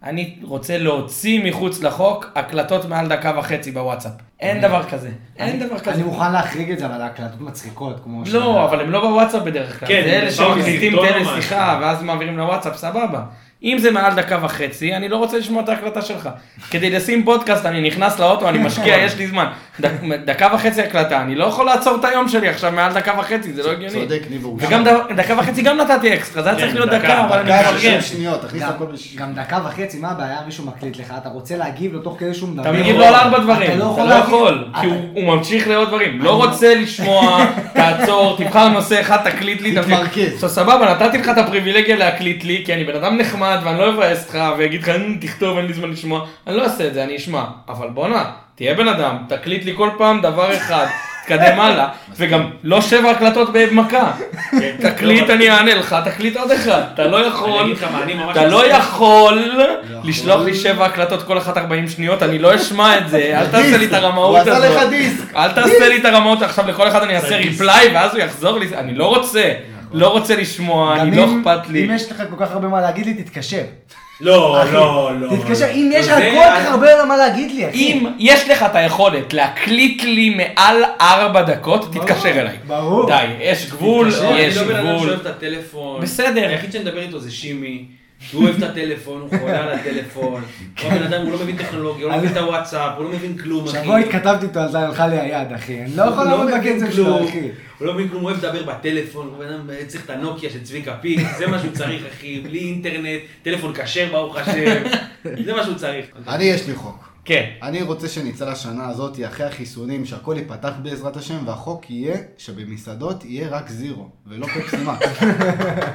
אני רוצה להוציא מחוץ לחוק הקלטות מעל דקה וחצי בוואטסאפ. אין דבר כזה. אין דבר כזה. אני מוכן להחריג את זה, אבל ההקלטות מצחיקות, כמו ש... לא, אבל הם לא בוואטסאפ בדרך כלל. כן, זה אלה הם לא באו שמקליטים בסרטון או תל משהו. שיחה, ואז מעבירים לוואטסאפ, סבבה. אם זה מעל דקה וחצי, אני לא רוצה לשמוע את ההקלטה שלך. כדי לשים פודקאסט, אני נכנס לאוטו, אני משקיע, יש לי זמן. דק- דקה וחצי הקלטה, אני לא יכול לעצור את היום שלי עכשיו מעל דקה וחצי, זה לא הגיוני. צודק, ניבו. וגם ד- דקה וחצי גם נתתי אקסטרה, זה היה כן, צריך להיות דקה, דקה, אבל אני דקה מפרגן. 60 שניות, תכניס גם- הכל בשישים. גם דקה וחצי, מה הבעיה? מישהו מקליט לך, אתה רוצה להגיב לו תוך כדי שהוא מדבר. אתה מגיב לו על ארבע דברים, אתה לא אתה יכול אה, לא להגיב. יכול, כי אתה- הוא- הוא ממשיך לעוד דברים, לא רוצה לשמוע, תעצור, תבחר נושא אחד, תקליט לי, תביא- תתמרכז. עכשיו, סבבה, נתתי לך את הפריבילגיה להקליט לי, כי אני בן אדם נחמד ואני לא אבאס אותך ואגיד לך, "אמ, תכתוב, אין לי זמן לשמוע, אני לא אעשה את זה, אני אשמע, אבל בואנה, תהיה בן אדם, תקליט לי כל פעם דבר אחד. תתקדם הלאה, וגם לא שבע הקלטות במכה. תקליט אני אענה לך, תקליט עוד אחד, אתה לא אני יכול, לא, אגיד לך מה, אני ממש... אתה לא יכול יכול. לשלוח לי שבע הקלטות כל אחת 40 שניות, אני לא אשמע את זה, אל תעשה לי את הוא הרמאות עשה לך הזאת. דיסק. אל תעשה לי את הרמאות עכשיו לכל אחד אני אעשה סדיסט. ריפליי ואז הוא יחזור לי, אני לא רוצה, לא רוצה לשמוע, גם אני לא אם- אכפת לי. אם יש לך כל כך הרבה מה להגיד לי, תתקשר. לא, אחי, לא, לא. תתקשר, לא. אם יש לך זה- כל כך הרבה מה להגיד לי, אחי. אם יש לך את היכולת להקליט לי מעל ארבע דקות, תתקשר אליי. ברור. די, יש גבול, לא, אני יש לא בן אדם גבול. שאוהב את הטלפון. אה, בסדר. היחיד שאני מדבר איתו זה שימי. הוא אוהב את הטלפון, הוא חולה על הטלפון. הוא הבן אדם, הוא לא מבין טכנולוגיה, הוא לא מבין את הוואטסאפ, הוא לא מבין כלום, אחי. שבוע התכתבתי איתו, אז הלכה לי היד, אחי. אני לא הוא יכול לעמוד מבין בקצב כלום. שלו, אחי. הוא לא מבין כלום, הוא אוהב לדבר בטלפון, הוא בן אדם אה, צריך את הנוקיה של צביקה פיק, זה מה שהוא צריך, אחי, בלי אינטרנט, טלפון כשר ברוך השם, זה מה שהוא צריך. אני, יש לי חוק. כן. אני רוצה שנצא לשנה הזאת אחרי החיסונים, שהכל ייפתח בעזרת השם, והחוק יהיה שבמסעדות יהיה רק זירו, ולא פפסימקס.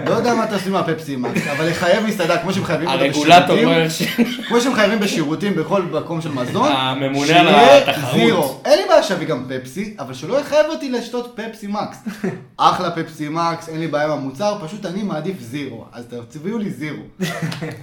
לא יודע מה תעשו עם הפפסימקס, אבל לחייב מסעדה כמו שמחייבים אותה הרגולטור לא בשירותים, הרשה. כמו שהם חייבים בשירותים בכל מקום של מזון, הממונה על התחרות. זירו. אין לי בעיה שיביא גם פפסי, אבל שלא יחייב אותי לשתות פפסי מקס. אחלה פפסי מקס, אין לי בעיה עם המוצר, פשוט אני מעדיף זירו. אז תביאו לי זירו.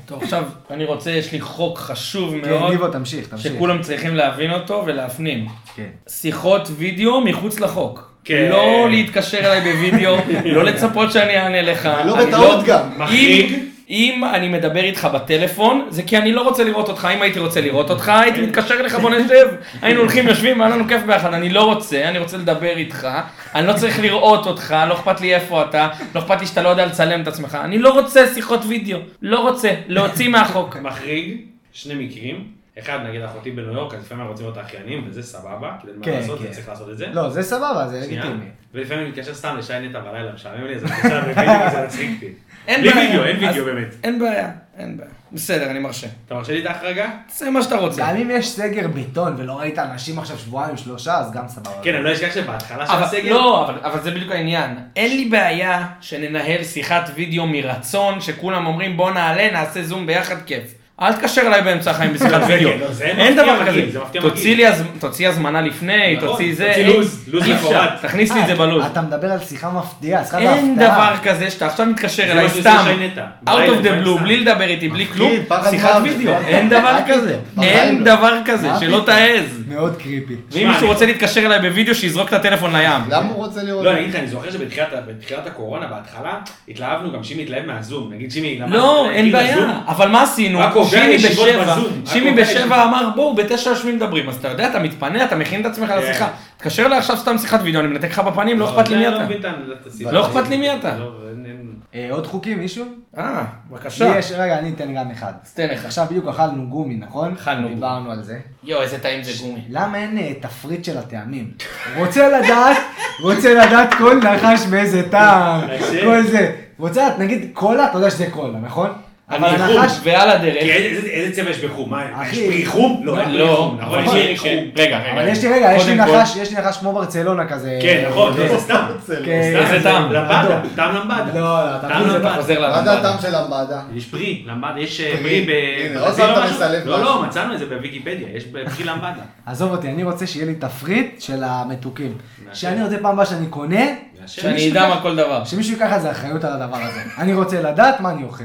טוב, עכשיו אני רוצה, יש לי חוק חשוב כן, מאוד, ניבו, תמשיך, תמשיך. שכולם צריכים להבין אותו ולהפנים. כן. שיחות וידאו מחוץ לחוק. כן. לא להתקשר אליי בווידאו, לא לצפות שאני אענה לך. ולא אני לא לא- בטעות גם. מחריג. אם- אם אני מדבר איתך בטלפון, זה כי אני לא רוצה לראות אותך, אם הייתי רוצה לראות אותך, כן. הייתי מתקשר אליך, בוא נשב, היינו הולכים, יושבים, היה לנו כיף ביחד, אני לא רוצה, אני רוצה לדבר איתך, אני לא צריך לראות אותך, לא אכפת לי איפה אתה, לא אכפת לי שאתה לא יודע לצלם את עצמך, אני לא רוצה שיחות וידאו, לא רוצה, להוציא מהחוק. מחריג שני מקרים, אחד נגיד אחותי בניו יורק, אז לפעמים רוצים להיות אחיינים, וזה סבבה, כאילו אין מה כן, לעשות, כן. צריך לעשות את זה. לא, זה סבבה, זה שנייה. לגיטימי. ולפעמים אני מתקשר סתם לשי נטע בלילה, משעמם לי, אז אני מתקשר לווידאו, זה מצחיק אותי. אין בלי בעיה. וידאו, אין וידאו אז- באמת. אין בעיה, אין בעיה. בסדר, אני מרשה. אתה מרשה לי את ההחרגה? אוקיי. תעשה מה שאתה רוצה. גם אם יש סגר ביטון ולא ראית אנשים עכשיו שבועיים, שלושה, אז גם סבבה. כן, אני לא אשכח שבהתחלה של אבל- הסגר... לא, אבל- אבל זה בדיוק העניין. אין לי בעיה שננהל שיחת וידאו מרצון, שכולם אומרים בוא נעלה, נעשה זום ביחד, כיף. אל תתקשר אליי באמצע החיים בשיחת לא, זה וידאו. כן, לא, זה אין מפתיע דבר מגעיל, כזה. זה מפתיע תוציא מגעיל. לי הז- תוציא הזמנה לפני, נכון, תוציא זה. תוציא אין- לו"ז, לו"ז אי אפשר, מפורט. תכניס לי את זה בלו"ז. אה, אתה מדבר על שיחה מפתיעה, שיחה בהפתעה. אין דבר כזה שאתה עכשיו מתקשר זה אליי מה שעושה סתם, שי נטע. out of בלילה, the blue, סתם. בלי לדבר איתי, בלי מפחיד, כלום, כן, פחד כן. שיחת מוות, וידאו, פחד אין דבר מוות. כזה, פחד אין מוות. דבר כזה, לא. מה שלא פתאום? תעז. מאוד קריפי. ואם מישהו רוצה להתקשר אליי בווידאו, שיזרוק את הטלפון לים. למה הוא רוצה לראות? לא, אני אגיד לך, אני זוכר שבתחילת ה- בתחילת הקורונה, בהתחלה, התלהבנו גם שימי התלהב מהזום. נגיד שימי, למה? לא, אין מהזום? בעיה, אבל מה עשינו? רק עובר שימי ישיבות בשבע, בזום, רק שימי עובר ישיבות. בשבע אמר בואו, בתשע יושבים מדברים, אז אתה יודע, אתה מתפנה, אתה מכין את עצמך לשיחה. תתקשר אליי עכשיו סתם שיחת וידאו, אני מנתק לך בפנים, לא אכפת לי מי זה אתה. כן. לא מבין את ה- את הסיבה. לא אכפת לי מי אתה. לא, אין- אין- אה, עוד חוקים, מישהו? לא, אה, בבקשה. לי יש, רגע, אני אתן גם אחד. אז תן לך. עכשיו בדיוק אכלנו גומי, נכון? אכלנו גומי. דיברנו על זה. יואו, איזה טעים זה גומי. למה אין אה, תפריט של הטעמים? רוצה לדעת, רוצה לדעת כל נחש מאיזה טעם, קשה. כל זה. רוצה לדעת, נגיד קולה, אתה יודע שזה קולה, נכון? אבל אני הנחש... חוש ועל כי הדרך. איזה- איזה צבע יש בחום? מה, יש אחי. פרי חום? לא, אין פרי לא, חום, נכון, אבל יש פרי יש חום. לי... רגע, רגע. אבל יש לי, רגע, יש לי קודם כל- נחש, יש לי נחש כמו ברצלונה כזה. אה, כן, נכון, לא, זה סתם. כן. סתם, איזה טעם? למבדה, טעם למבדה. לא, לא, אתה טעם מבין, זה אתה למבדה. חוזר מה לרמב"ם. דעתם של המבדה? יש פרי, למבדה, יש אה, פרי. פרי ב... הנה, עוד ברזיל פעם או אתה משהו? מסלף לא, משהו. לא, מצאנו את זה בוויקיפדיה, יש פרי למבדה. עזוב אותי, אני רוצה שיהיה לי תפריט של המתוקים. מאשר. שאני רוצה פעם הבאה שאני קונה, מאשר. שאני אדע מה כל דבר. שמישהו ייקח על זה אחריות על הדבר הזה. אני רוצה לדעת מה אני אוכל.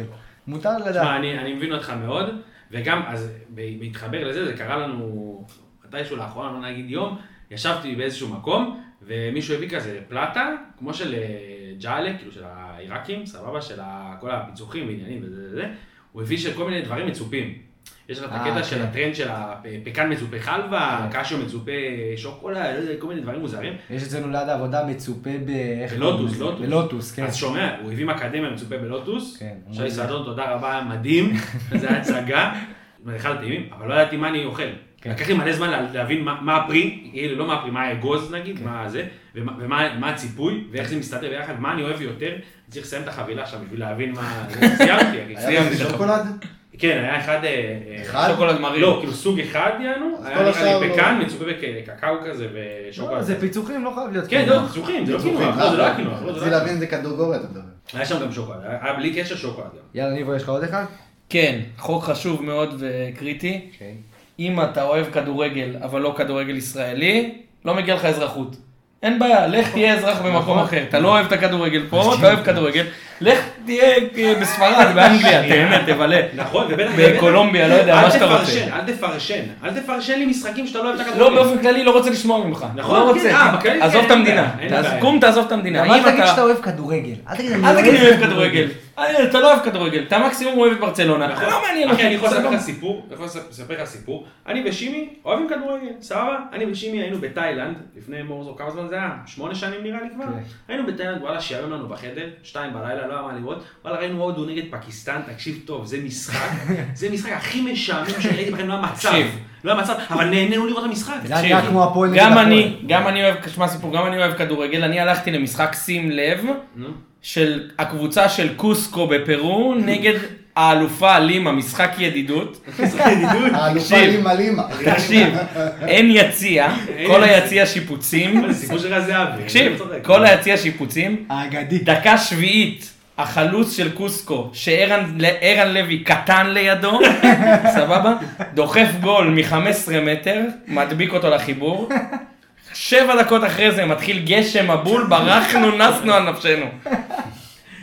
מותר לדעת. תשמע, אני, אני מבין אותך מאוד, וגם, אז ב- בהתחבר לזה, זה קרה לנו מתישהו לאחרונה, לא נגיד יום, ישבתי באיזשהו מקום, ומישהו הביא כזה פלטה, כמו של אה, ג'אלה, כאילו של העיראקים, סבבה, של ה- כל הפיצוחים ועניינים וזה וזה, הוא הביא של כל מיני דברים מצופים. יש לך את אה, הקטע כן. של הטרנד של הפקן מצופה חלבה, קשיו מצופה שוקולד, לא יודע, כל מיני דברים מוזרים. יש אצלנו ליד העבודה מצופה ב... איך קוראים בלוטוס, לזה? לוטוס. בלוטוס, כן. אז שומע, הוא הביא מאקדמיה מצופה בלוטוס. כן, שי סעדון, תודה רבה, היה מדהים. זה היה הצגה. אכלתי טעימים, אבל לא ידעתי מה אני אוכל. כן. לקח לי מלא זמן לה- להבין מה מה הפרי, כאילו לא מה הפרי, מה האגוז נגיד, כן. מה זה, ומה- ומה מה הציפוי, ואיך זה מסתדר ביחד, מה אני אוהב יותר. צריך לסיים את החבילה שם בשביל להבין מה... סיימתי, אחי. היה סיימתי. לזה שוקולד? כן, היה אחד... אה, אה, אחד? שוקולד מרים. לא, כאילו סוג אחד, יענו, אז היה כל נראה השאר לי לא. פקן, מצופה בקקאו כזה ושוקולד. לא, זה פיצוחים, לא חייב להיות כן, קינוח. לא, פיצוחים, זה לא פיצוחים, קינוח, לא, זה לא היה למה? קינוח, לא, זה לא רציתי היה להבין איזה קטגוריה אתה מדבר. היה שם גם שוקולד, היה היה בלי קשר שוקולד גם. יאללה, ניבו, יש לך עוד אחד? כן, חוק חשוב מאוד וקריטי. כן. אם אתה אוהב כדורגל, אבל לא כדורגל ישראלי, לא מגיע לך אזרחות. אין בעיה, נכון. לך תהיה אזרח במקום אחר. אתה לא אוהב את הכדורגל פה, אתה אוהב כדורגל. לך תהיה אה, בספרד, באנגליה, תהנה, תבלה. נכון, ובטח... בקולומביה, לא יודע, אל מה שאתה תפרשן, רוצה. אל תפרשן, אל תפרשן לי משחקים שאתה לא אוהב את הכדורגל. לא, באופן כללי לא רוצה לשמוע ממך. נכון, לא כן, רוצה. אה, בכללי עזוב כן, את אין המדינה. בעיה, אין תעז- בעיה. קום, תעזוב את המדינה. גם אל אם תגיד אתה... שאתה אוהב כדורגל. אל תגיד אל תגיד לי אוהב כדורגל. אה, אתה לא אוהב כדורגל. אתה מקסימום אוהב את ברצלונה. נכון. לא מעניין אחי, אני יכול לספר סבבה. לך סיפור, אני יכול לספר לך סיפור. אני ושימי אוהבים כדורגל, סבבה? אני ושימי היינו בתאילנד, לפני מורזו, כמה זמן זה היה? שמונה שנים נראה לי כבר? כן. היינו בתאילנד, וואלה, שירים לנו בחדר, שתיים בלילה, לא היה מה לראות. וואלה, ראינו הודו נגד פקיסטן, תקשיב טוב, זה משחק, זה משחק הכי משעמם שראיתי בכלל, לא היה מצב. תקשיב. לא היה מצב, אבל נהנינו לראות את המשחק. זה היה נראה כמו הפועל נגד גם הפועל. אני, גם אני אוהב, שמע סיפור, גם אני אוהב כדורגל. אני הלכתי למשחק שים לב נו. של הקבוצה של קוסקו בפרו נגד האלופה לימה, משחק ידידות. האלופה תקשיב. לימה לימה. תקשיב, אין יציע, כל היציע שיפוצים. אבל הסיפור שלך זה לא אבי. תקשיב, אתה צודק. כל היציע שיפוצים, האגדי. דקה שביעית, החלוץ של קוסקו, שערן ערן לוי קטן לידו, סבבה? דוחף גול מ-15 מטר, מדביק אותו לחיבור. שבע דקות אחרי זה מתחיל גשם, מבול, ברחנו, נסנו על נפשנו.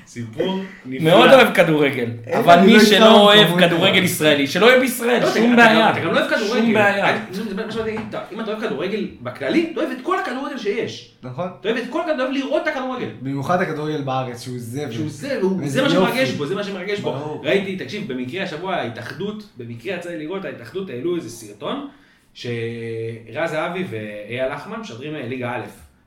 סיפור נפלא. מאוד אוהב כדורגל, אבל אני מי לא שלא איתך, אוהב כמובן. כדורגל ישראלי, שלא יהיה בישראל, לא, אתה שום גם- בעיה. אתה גם לא אוהב כדורגל. שום בעיה. אני- זה מה שבאתי להגיד, אתה- אם אתה אוהב כדורגל בכללי, אתה אוהב את כל הכדורגל שיש. נכון. אתה אוהב את כל הכדורגל, אתה אוהב לראות את הכדורגל. במיוחד הכדורגל בארץ, שהוא זבל. שהוא זה, והוא- איזה זה מה יופי. שמרגש בו, זה מה שמרגש בו. ברור. ראיתי, תקשיב, במקרה השבוע ההתאחדות, במקרה יצא לי לראות, ההתאחדות העלו איזה סרטון, שרז זהבי ואייל לחמן משדרים אה, ליגה א',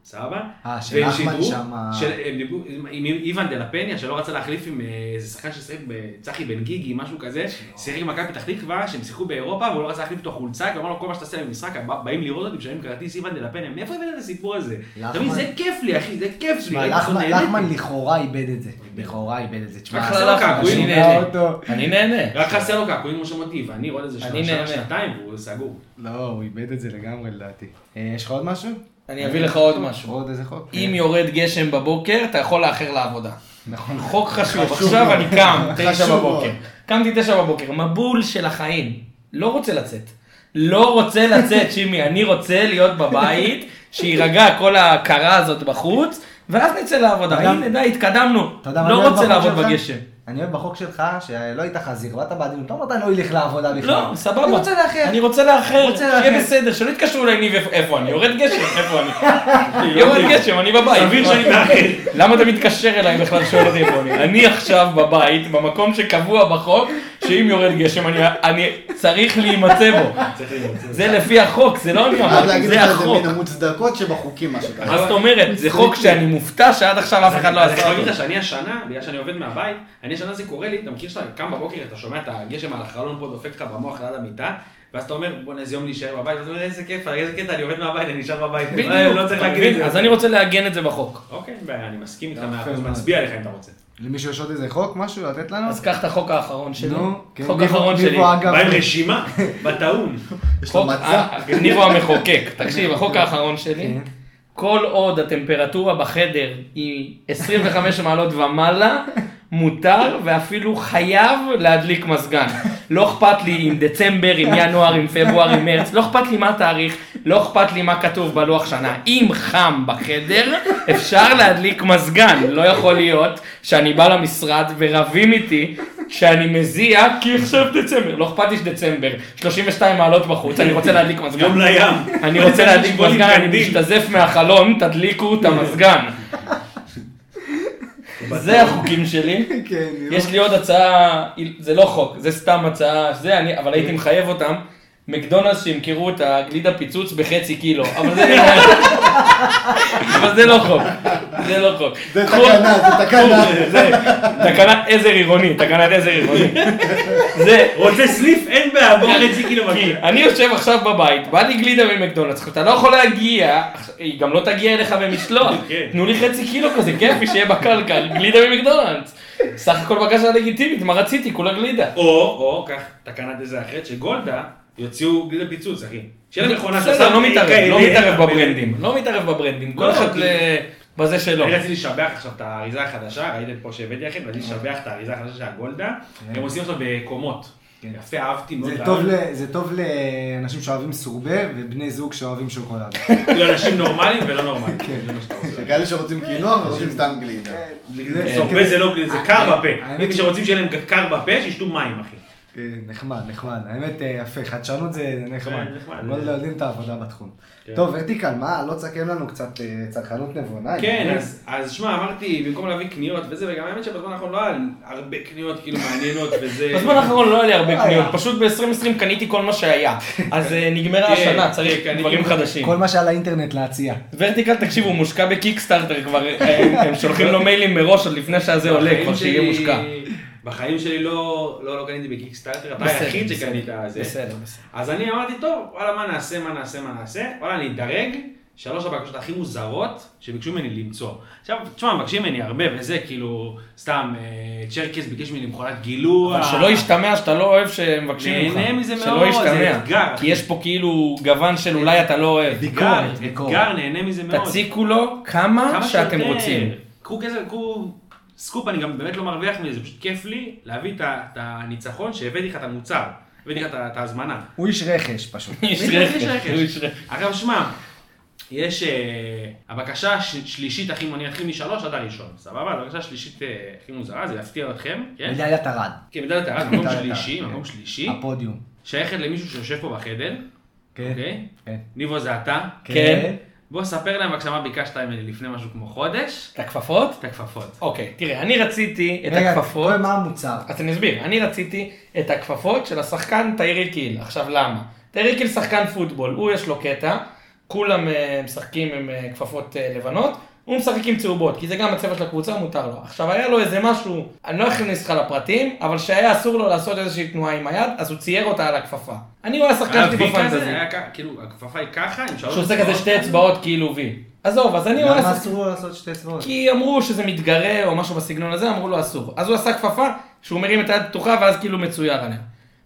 סבבה? אה, של אה. והם לחמן שידרו, שמה- של- הם דיברו עם עם איוון דלפניה, שלא רצה להחליף עם אה, איזה שחקן ששיחק בצחי בן גיגי, משהו כזה, שיחק עם מכבי פתח תקווה, שהם שיחקו באירופה, והוא לא רצה להחליף איתו חולצה, כי הוא אמר לו, כל מה שתעשה במשחק, הבא- באים לראות אותי, משלמים כרטיס איוון דלפניה, מאיפה הבאת את הסיפור הזה? אתה מבין, לחמן. זה כיף לי, אחי, זה כיף לי. תשמע, ראיתי אותו לחמן- נהניתי. לחמן לכאורה איבד את זה. לכאורה איבד את זה. תשמע, רק זה- אחלה לחמן, אני קעקועים, אני שומע נהנה. אותו. אני נהנה. רק חסר לו קעקועים כמו שמוטי, ואני רואה איזה אני שנה, נהנה. שנה, שנתיים, והוא סגור. לא, הוא איבד את זה לגמרי לדעתי. אה, יש לך עוד משהו? אה, אני אביא לך עוד משהו. עוד איזה חוק? אה, אם יורד גשם בבוקר, אתה יכול לאחר לעבודה. נכון. חוק חשוב, עכשיו מאוד. אני קם, תשע חשוב בבוקר. מאוד. קמתי תשע בבוקר, מבול של החיים. לא רוצה לצאת. לא רוצה לצאת, שימי, אני רוצה להיות בבית, שיירגע כל הקרה הזאת בחוץ, ואז נצא לעבודה. אדם- הנה, די, התקדמנו. אתה יודע מה אני לא אוהב רוצה בחוק לעבוד שלך? בגשם. אני אוהב בחוק שלך, שלא היית חזיר, באת בעדינות, לא אמרת לא ילך לעבודה בכלל. לא, סבבה. אני רוצה לאחר. אני רוצה לאחר, רוצה שיהיה לאחר. בסדר, שלא יתקשרו אליי ניב איפה- איפה אני, יורד גשם, איפה אני. יורד גשם, אני בבית. סביר שאני מאחר. למה אתה מתקשר אליי בכלל שואל אותי איפה אני? אני עכשיו בבית, במקום שקבוע בחוק, שאם יורד גשם אני, אני צריך להימצא בו. צריך לראות. זה- זה לפי החוק, זה לא אני חייב אמרתי, להגיד זה לך שזה החוק. מן המוצדקות שבחוקים, מה שקרה. מה זאת אומרת? זה חוק שאני מופתע שעד עכשיו אף אחד לא אז אני עשה יכול להגיד אותו. לך שאני השנה, בגלל שאני עובד מהבית, אני השנה זה קורה לי, אתה מכיר שאתה קם בבוקר, אתה שומע את הגשם על החלון פה דופק לך במוח ליד המיטה, ואז אתה אומר, בוא'נה, איזה יום להישאר בבית, ואתה אומר, איזה כיף, איזה קטע, אני עובד מהבית, אני נשאר בבית. אה, לא צריך אתה להגיד את מבין? זה. אז אני רוצה לעגן את זה בחוק. אוקיי, אין בעיה, אני מסכים איתך יפה מאה אחוז, מאוד. מצביע עליך אם אתה רוצה. למישהו יש עוד איזה חוק, משהו לתת לנו? אז קח את החוק האחרון שלי. נו, כן, חוק ניבו- האחרון ניבו שלי. אגב, בא עם רשימה, בטעון. יש לו חוק- מצע. אה, ניבו המחוקק. תקשיב, החוק האחרון שלי. כן. כל עוד הטמפרטורה בחדר היא 25 מעלות ומעלה, מותר ואפילו חייב להדליק מזגן. לא אכפת לי עם דצמבר, עם ינואר, עם פברואר, עם מרץ, לא אכפת לי מה התאריך, לא אכפת לי מה כתוב בלוח שנה. אם חם בחדר, אפשר להדליק מזגן. לא יכול להיות שאני בא למשרד ורבים איתי. שאני מזיע כי עכשיו דצמבר, לא אכפת לי שדצמבר, 32 מעלות בחוץ, אני רוצה להדליק מזגן. גם לים. אני רוצה להדליק בוא מזגן, אני נתקדם. משתזף מהחלון, תדליקו את המזגן. זה החוקים שלי. כן, יש לי עוד הצעה, זה לא חוק, זה סתם הצעה, זה אני, אבל הייתי מחייב אותם. מקדונלדס שימכרו את הגלידה פיצוץ בחצי קילו, אבל זה, אבל זה לא חוק, זה לא חוק. זה תקנה, זה תקנה. זה תקנת עזר עירוני, תקנת עזר עירוני. זה, רוצה סליף? אין בעיה, בוא חצי קילו כי מגיע. אני יושב עכשיו בבית, בא לי גלידה ממקדונלדס, אתה לא יכול להגיע, היא גם לא תגיע אליך במשלוח, כן. תנו לי חצי קילו כזה, כיפי שיהיה בקלקל, גלידה ממקדונלדס. סך הכל בקשה לגיטימית, מה רציתי? כולה גלידה. או, או, קח תקנת איזה אחרת, שגולדה יוציאו גלידה פיצוץ, אחי. שיהיה להם מכונה בסדר, לא מתערב, לא כאלה. מתערב בברנדים, לא מתערב בברנדים, כל כן, לא, אחד כי- ל- בזה שלו. אני רציתי לשבח עכשיו את כן. האריזה החדשה, ראיתם פה שהבאתי לכם, רציתי לשבח את האריזה החדשה של הגולדה, הם עושים עכשיו בקומות. כן. יפה, אהבתי מאוד. זה טוב רעיון. ל- זה טוב לאנשים שאוהבים סורבה ובני זוג שאוהבים שוקולד. כן. לאנשים נורמליים ולא נורמליים. זה מה שאתה רוצה. שכאלה שרוצים קינוח ורוצים סתם גלידה. כן. סורבה זה לא, זה קר בפה. האמת מי היא- שרוצים שיהיה להם קר בפה, שישתו מים, אחי. כן, נחמד, נחמד. האמת, אה, יפה, חדשנות זה נחמד. כן, נחמד. אבל לא יודעים את העבודה בתחום. כן. טוב, ורטיקל, מה, לא תסכם לנו קצת אה, צרכנות נבונה? כן, אה? אז- אז שמע, אמרתי, במקום להביא קניות וזה, וגם האמת שבזמן האחרון לא היה הרבה קניות כאילו מעניינות וזה... בזמן האחרון לא היה לי הרבה היה. קניות, פשוט ב-2020 קניתי כל מה שהיה. אז אה, נגמרה כן, השנה, צריך כן, דברים קניתי- חדשים. כל מה שעל האינטרנט להציע. ורטיקל, תקשיב, הוא מושקע בקיקסטארטר כבר, אה, הם שולחים לו מיילים מראש עוד לפני שהזה עולה, בחיים כבר שיהיה שלי- מושקע. בחיים שלי לא לא לא קניתי בקיקסטארטר, אתה בסדר, היחיד בסדר, שקנית זה. בסדר, בסדר. אז אני אמרתי, טוב, וואלה, מה נעשה, מה נעשה, מה נעשה, וואלה, אני אדרג. שלוש הבקשות הכי מוזרות שביקשו ממני למצוא. עכשיו, תשמע, מבקשים ממני הרבה וזה, כאילו, סתם, אה, צ'רקס ביקש ממני מכונת גילוח. אבל שלא ישתמע שאתה לא אוהב שמבקשים ממך. נהנה מזה שלא מאוד, זה ישתמע. אתגר. כי יש פה כאילו גוון של אולי אתה לא אוהב. אתגר, ביקורת, ביקורת. אתגר, נהנה מזה מאוד. תציקו לו כמה כמה שאתם שיותר. רוצים. קחו כסף, קחו סקופ, אני גם באמת לא מרוויח מזה, פשוט כיף לי להביא את ה- את הניצחון שהבאתי לך את המוצר, הבאתי לך את ה- את ההזמנה. הוא איש רכש פשוט. יש יש רכש, רכש, יש יש רכש. רכש. עכשיו שמע, יש אה, הבקשה השלישית הכי מעניינת, הכי משלוש עד הראשון, סבבה? הבקשה השלישית אה, הכי מוזרה, זה יפתיע אתכם, כן? מדליית ארד, כן, מדליית הארד, מקום מדליית שלישי, הארד, מקום כן. שלישי, הפודיום. שייכת למישהו שיושב פה בחדר, כן. אוקיי? כן. ניבו זה אתה. כן. בוא ספר להם בבקשה מה ביקשת ממני לפני משהו כמו חודש, את הכפפות? את הכפפות. אוקיי, תראה, אני רציתי את רגע, הכפפות. קודם מה המוצר? אז אני אסביר, אני רציתי את הכפפות של השחקן טיירי קיל. עכשיו למה? טיירי קיל שחקן פוטבול, הוא יש לו קטע, כולם אה, משחקים עם אה, כפפות אה, לבנות, הוא משחק עם צהובות, כי זה גם הצבע של הקבוצה, מותר לו. עכשיו היה לו איזה משהו, אני לא אכניס לך לפרטים, אבל שהיה אסור לו לעשות איזושהי תנועה עם היד, אז הוא צייר אותה על הכפפה. אני רואה שחקן היה שלי וי אה, כזה, בפנטזי, היה כ- כאילו, הכפפה היא ככה, עם שלוש שהוא עושה כזה שתי אצבעות כאילו וי. עזוב, אז אני רואה... למה שחק- אסור לו לעשות שתי צבאות? כי אמרו שזה מתגרה או משהו בסגנון הזה, אמרו לו אסור. אז הוא עשה כפפה שהוא מרים את היד פתוחה ואז כאילו מצויר עליה.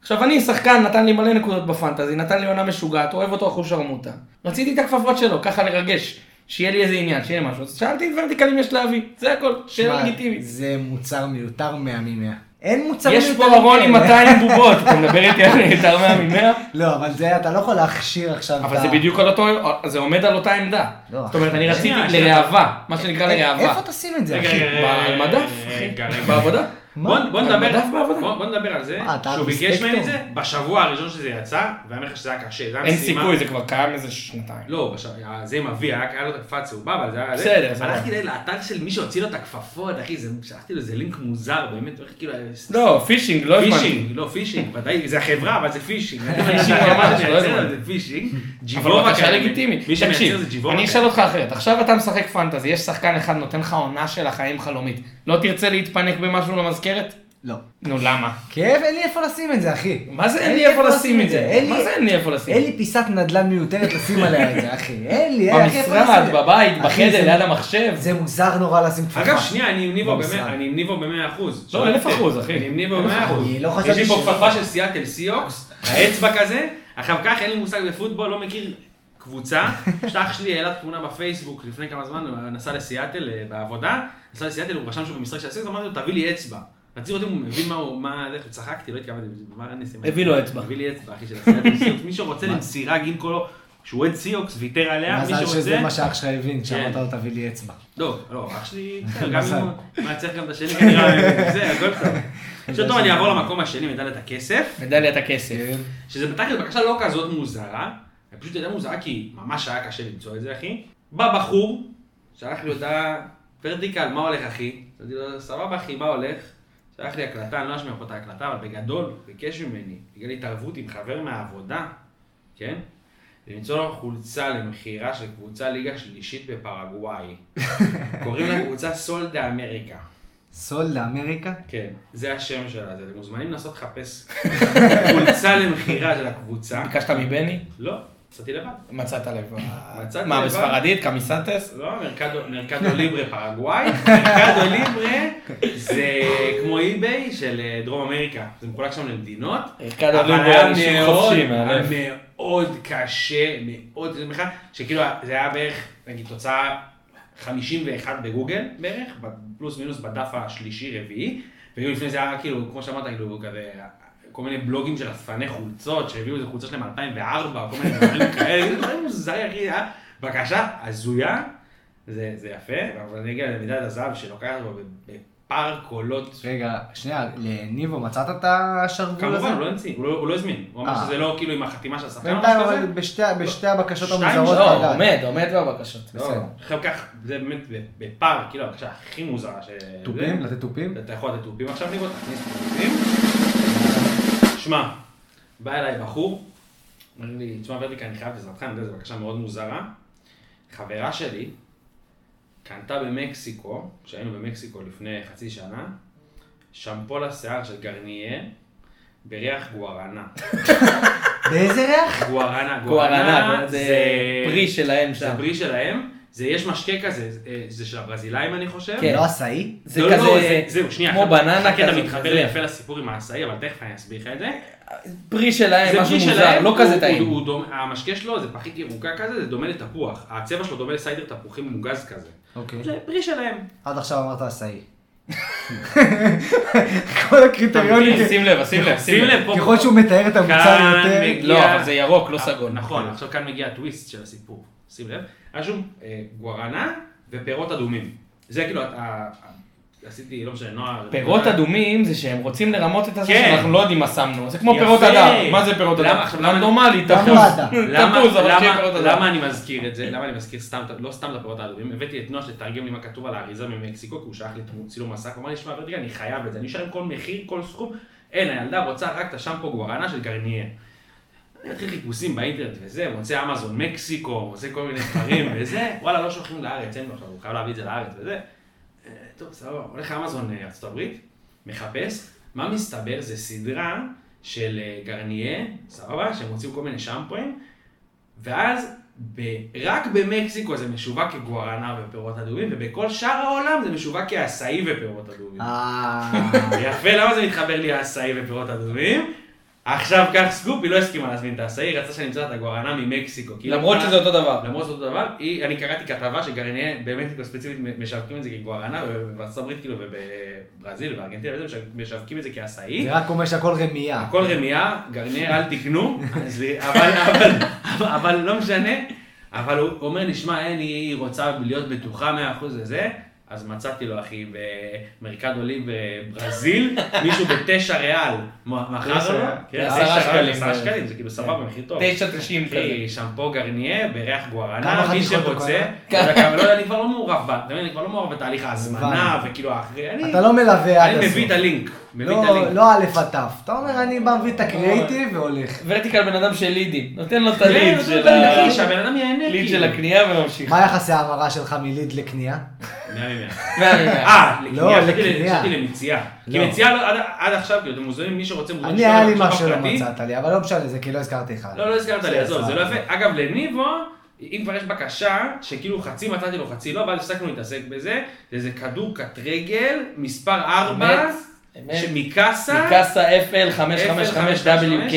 עכשיו אני שחקן, נתן לי מלא נקודות בפנטזי, נתן לי עונה משוגעת, אוהב אותו אחוז שרמוטה. רציתי את הכפפות שלו, ככה לרגש, שיהיה לי איזה עניין, שיהיה לי משהו. אז שאלתי את ורטיקל אם יש להביא, זה הכל, שאלה שמע, לגיטימית. זה מוצר מיותר מאה ממאה. אין מוצר מיותר. כן. יש פה ארון עם מאה. 200 בובות, אתה מדבר איתי על יותר 100 מ-100? לא, אבל זה, אתה לא יכול להכשיר עכשיו את אבל זה בדיוק על אותו, זה עומד על אותה עמדה. לא, זאת אומרת, אני אחי. רציתי שנייה, שנייה. לראווה, מה שנקרא א- לראווה. אה, איפה תשים את זה, רגע, אחי? רגע, רגע, על מדף, אחי, רגע, רגע. בעבודה. בוא מה? בוא על נדבר, מדף בעבודה? בוא- בוא נדבר על זה, אה, אתה שהוא ביקש ספקטרום. ממני את זה, בשבוע הראשון שזה יצא, ואני אומר לך שזה היה קשה, זה היה אין משימה. סיכוי, זה כבר קיים איזה שנתיים. לא, בש- זה עם אבי, היה היה לו את הכפפה הצהובה, אבל זה היה... זה. בסדר, סבבה. הלכתי ל- לאתר של מי שהוציא לו את הכפפות, אחי, זה- שלחתי לו איזה לינק מוזר, באמת, איך כאילו... לא, פישינג, לא הבנתי. פישינג, לא פישינג, ודאי, זה החברה, אבל זה פישינג. פישינג ממש, לא מייצר, הבנתי. זה פישינג. אבל ג'יבובה בקשה כאלה. לגיטימית. מי שמייצר זה תקשיב, ג'יבובה. אני כאלה. אשאל אותך אחרת. עכשיו אתה משחק פנטזי, יש שחקן אחד נותן לך עונה של החיים חלומית. לא תרצה להתפנק במשהו למזכרת? לא. נו למה? כאב, אין לי איפה לשים את זה, אחי. מה זה אין לי איפה לשים את זה? אין מה לי- זה אין לי איפה לשים? אין לי פיסת נדלן מיותרת לשים עליה את זה, אחי. אין לי, אין, אחי, איפה לשים את במשרד, זה? בבית, אחי, בחדר, זה- ליד המחשב. זה מוזר נורא לשים כפפה. אגב, שנייה, אני עם ניבו במשרד. במאה- אני עם ניבו במאה אחוז. לא, אלף אחוז, אחי. אני עם ניבו במאה אחוז. אני לא יש חשבתי לי פה ש- כפפה של סיאטל סיוקס, האצבע כזה, אחר כך אין לי מושג בפוטבול, לא מכיר קבוצה. שאח שלי העלה תמונה בפייסבוק לפני כמה זמן, הוא נסע לסיאטל אה, בעבודה, נסע לסיאטל, הוא רשם שבמשחק של הסיאטל, אמרתי לו, תביא לי אצבע. רציתי לראות אם הוא מבין מה הוא, מה, איך הוא צחקתי, לא התכוונתי, מה אני אעשה? הביא לו אצבע. הביא לי אצבע, אחי, של הסיאטל סיוקס. מי שרוצה למסירה, גינקולו, שהוא אוהד סיוקס, ויתר עליה, מי מזל שזה שרוצה... מה שאח שלך הבין, שאמרת כן. לו תביא לי אצבע. לא, לא, אח שלי, בסדר, גם מזל. אם הוא מה, צריך גם את השני כנראה, זה, הכל טוב. עכשיו טוב, אני אעבור למקום השני, מדליית הכסף, מדליית הכסף. שזה בתכל'ס בקשה לא כזאת מוזרה, פשוט הייתה מוזרה כי ממש היה קשה למצוא את זה, אחי. בא בחור, שלח לי הודעה, ורטיקל, מה הולך, אחי? אמרתי לו, סבבה, אחי, מה הולך? שלח לי הקלטה, אני לא אשמיע פה את ההקלטה, אבל בגדול, ביקש ממני, בגלל התערבות עם חבר מהעבודה, כן? למצוא לו חולצה למכירה של קבוצה ליגה שלישית בפרגוואי. קוראים לה קבוצה סול דה אמריקה. סול לאמריקה? כן, זה השם שלה, אז אתם מוזמנים לנסות לחפש חולצה למכירה של הקבוצה. ביקשת מבני? לא, מצאתי לבד. מצאת לב. מצאתי מה, לבד. בספרדית? קמיסטס? לא, מרקדו- מרקדו ליברה פרגוואי, מרקדו ליברה זה כמו אי-ביי של אה, דרום אמריקה, זה מחולק שם למדינות, מרקדו אבל ליברה היה אנשים מאוד, חופשיים, היה מהלב. מאוד קשה, מאוד קשה לך, שכאילו זה היה בערך, נגיד תוצאה 51 בגוגל בערך, ב- פלוס מינוס בדף השלישי רביעי, וכאילו לפני זה היה כאילו, כמו שאמרת, כאילו כזה, כל מיני בלוגים של אספני חולצות, שהביאו איזה חולצה שלהם 2004, כל מיני דברים כאלה, כאילו, זה דברים מוזרים, אחי, אה? בקשה הזויה, זה זה יפה, אבל אני אגיע למידת הזהב שלוקחת בו בפער קולות. רגע, שנייה, לניבו מצאת את השרוול הזה? כמובן, הוא לא המציא, הוא לא- הוא לא הזמין, הוא אמר אה. שזה לא כאילו עם החתימה של השחקן או בינתיים משהו כזה. אבל בשתי, בשתי הבקשות שתיים, המוזרות. שלוש. אתה לא, יודע. עומד, עומד בבקשות. בסדר. עכשיו לא, כך, זה באמת בפער, כאילו הבקשה הכי מוזרה. ש- תופים? לתת תופים? אתה יכול לתת תופים עכשיו ליבו, תכניס תופים. שמע, בא אליי בחור, אומר לי, תשמע ורדיקה, אני חייב את עזרתך, אני יודע, זו בקשה מאוד מוזרה. חברה שלי קנתה במקסיקו, כשהיינו במקסיקו לפני חצי שנה, שמפו לשיער של גרניה בריח גוארנה. באיזה ריח? גוארנה, גוארנה, גוארנה זה פרי שלהם זה שם. פרי שלהם, זה יש משקה כזה, זה- זה של הברזילאים אני חושב. כן. לא עשאי? זה לא, לא, לא, זה- כזה זהו, שנייה. כמו בננה כזה. אתה כזאת, מתחבר כזה. לי יפה לסיפור עם האסאי, אבל תכף אני אסביר לך את זה. פרי שלהם, זה משהו פרי מוזר, שלהם, לא הוא- כזה הוא- טעים. הוא- הוא דומה- המשקה שלו זה פחית ירוקה כזה, זה דומה לתפוח. הצבע שלו דומה לסיידר תפוחים מוגז כזה. כן. אוקיי. זה פרי שלהם. עד עכשיו אמרת עשאי. כל הקריטריונים, תמתין, שים לב, שים לב, שים לב פה. ככל שהוא מתאר את המוצר כאן יותר, מגיע- לא, אבל זה ירוק, לא סגול. נכון, עכשיו כאן מגיע הטוויסט של הסיפור. שים לב. היה שם אה, גוארנה ופירות אדומים. זה כאילו, ה- ה- עשיתי, לא משנה, נוער. פירות אדומים זה שהם רוצים לרמות את הזה כן. שאנחנו לא יודעים מה שמנו, זה כמו יפה. פירות אדם, מה זה פירות למה- אדם? עכשיו, למה- רנדומלי, למה תפוז, אתה? למה, תפוז, אבל שיהיה למה, פירות אדם. למה אני מזכיר את זה? למה אני מזכיר סתם, את- לא סתם את הפירות האדומים? הבאתי את נועה שתרגם לי מה כתוב על האריזה ממקסיקו, כי הוא שלח לי תמות- צילום מסך, הוא אמר לי, שמע, ורטיגל, אני חייב את זה, אני אשאר עם כל מחיר, כל סכום. אין, הילדה רוצה רק את השמפו גוארנה של גרניה. אני מתחיל חיפושים באינטרנט וזה, מוצא אמזון מקסיקו, מוצא כל מיני דברים וזה, וואלה, לא שולחים לארץ, אין לו עכשיו, הוא חייב להביא את זה לארץ וזה. אה, טוב, סבבה, הולך לאמזון אה, ארצות הברית, מחפש, מה מסתבר? זה סדרה של אה, גרניה, סבבה, שהם הוציאו כל מיני שמפוים, ואז ב... רק במקסיקו זה משווק כגוארנה ופירות אדומים, ובכל שאר העולם זה משווק כעשאי ופירות אדומים. אה, יפה, למה זה מתחבר לי העשאי ופירות אדומים? עכשיו כך סקופ, היא לא הסכימה להזמין את העשאי, היא רצתה שאני אמצא את הגוארנה ממקסיקו. כאילו, כי היא למרות אמרה- שזה אותו דבר. למרות שזה אותו דבר, היא- אני קראתי כתבה שגרעיני במקסיקו ספציפית משווקים את זה כגוארנה, ובארצות הברית כאילו, ובברזיל ובארגנטינה, וזה, משווקים את זה כעשאי. זה רק אומר שהכל רמייה. הכל רמייה, גרנר אל תקנו, אז- אבל, אבל, אבל, אבל לא משנה, אבל הוא אומר לי, שמע, אין, היא היא רוצה להיות בטוחה 100% לזה, אז מצאתי לו, אחי, במרקדו לי בברזיל, מישהו בתשע ריאל, מ- מכר תשע לו, ריאל? כן, עשרה תשע שקלים. כן. ריאל, עשרה שקלים, זה כאילו סבבה, מחיר טוב. תשע תשעים כזה. אחי, שמפו גרניה בריח כמה גוארנה, מי חתיכות הוא שרוצה, קנה? לא יודע כמה, לא יודע, אני כבר לא מעורב, ב- אתה מבין, אני כבר לא מעורב בתהליך ההזמנה, וכאילו, האחרי- אני אתה לא מלווה עד אני מביא את הסוף. הלינק, מביא את לא- הלינק. לא, לא א' עד ת'. אתה אומר, אני בא מביא את הקריאיטיב והולך. ורטיקל בן אדם של לידים, נותן לו את כן, הליד נותן של לא- את הלינק, אחי, ה- שהבן אדם ייהנה, ליד כאילו. של הקנייה וממשיך. מה יחסי ההמרה שלך מליד לקנייה? מאה ממאה. מאה ממאה. אה, לא, לקנייה, חשבתי ל- לקנייה. חשבתי למציאה. כי לא. מציאה לא- עד- עד עכשיו, כאילו, אתם מוזמנים, מי שרוצה מוזמן. אני, לשלוח היה לי עכשיו משהו שלא פרטי. מצאת לי, אבל לא משנה, זה כי לא הזכרתי לך. לא, לא הזכרת לי, עזוב, זה לא סבבה. יפה. אגב, לניבו, אם כבר יש בקשה, שכאילו חצי מצאתי לו, חצי לא, ואז הפסקנו להתעסק בזה, זה איזה כדור קט רגל, מספר 4, אמת, אמת. שמקאסה, מקאסה FL555WK,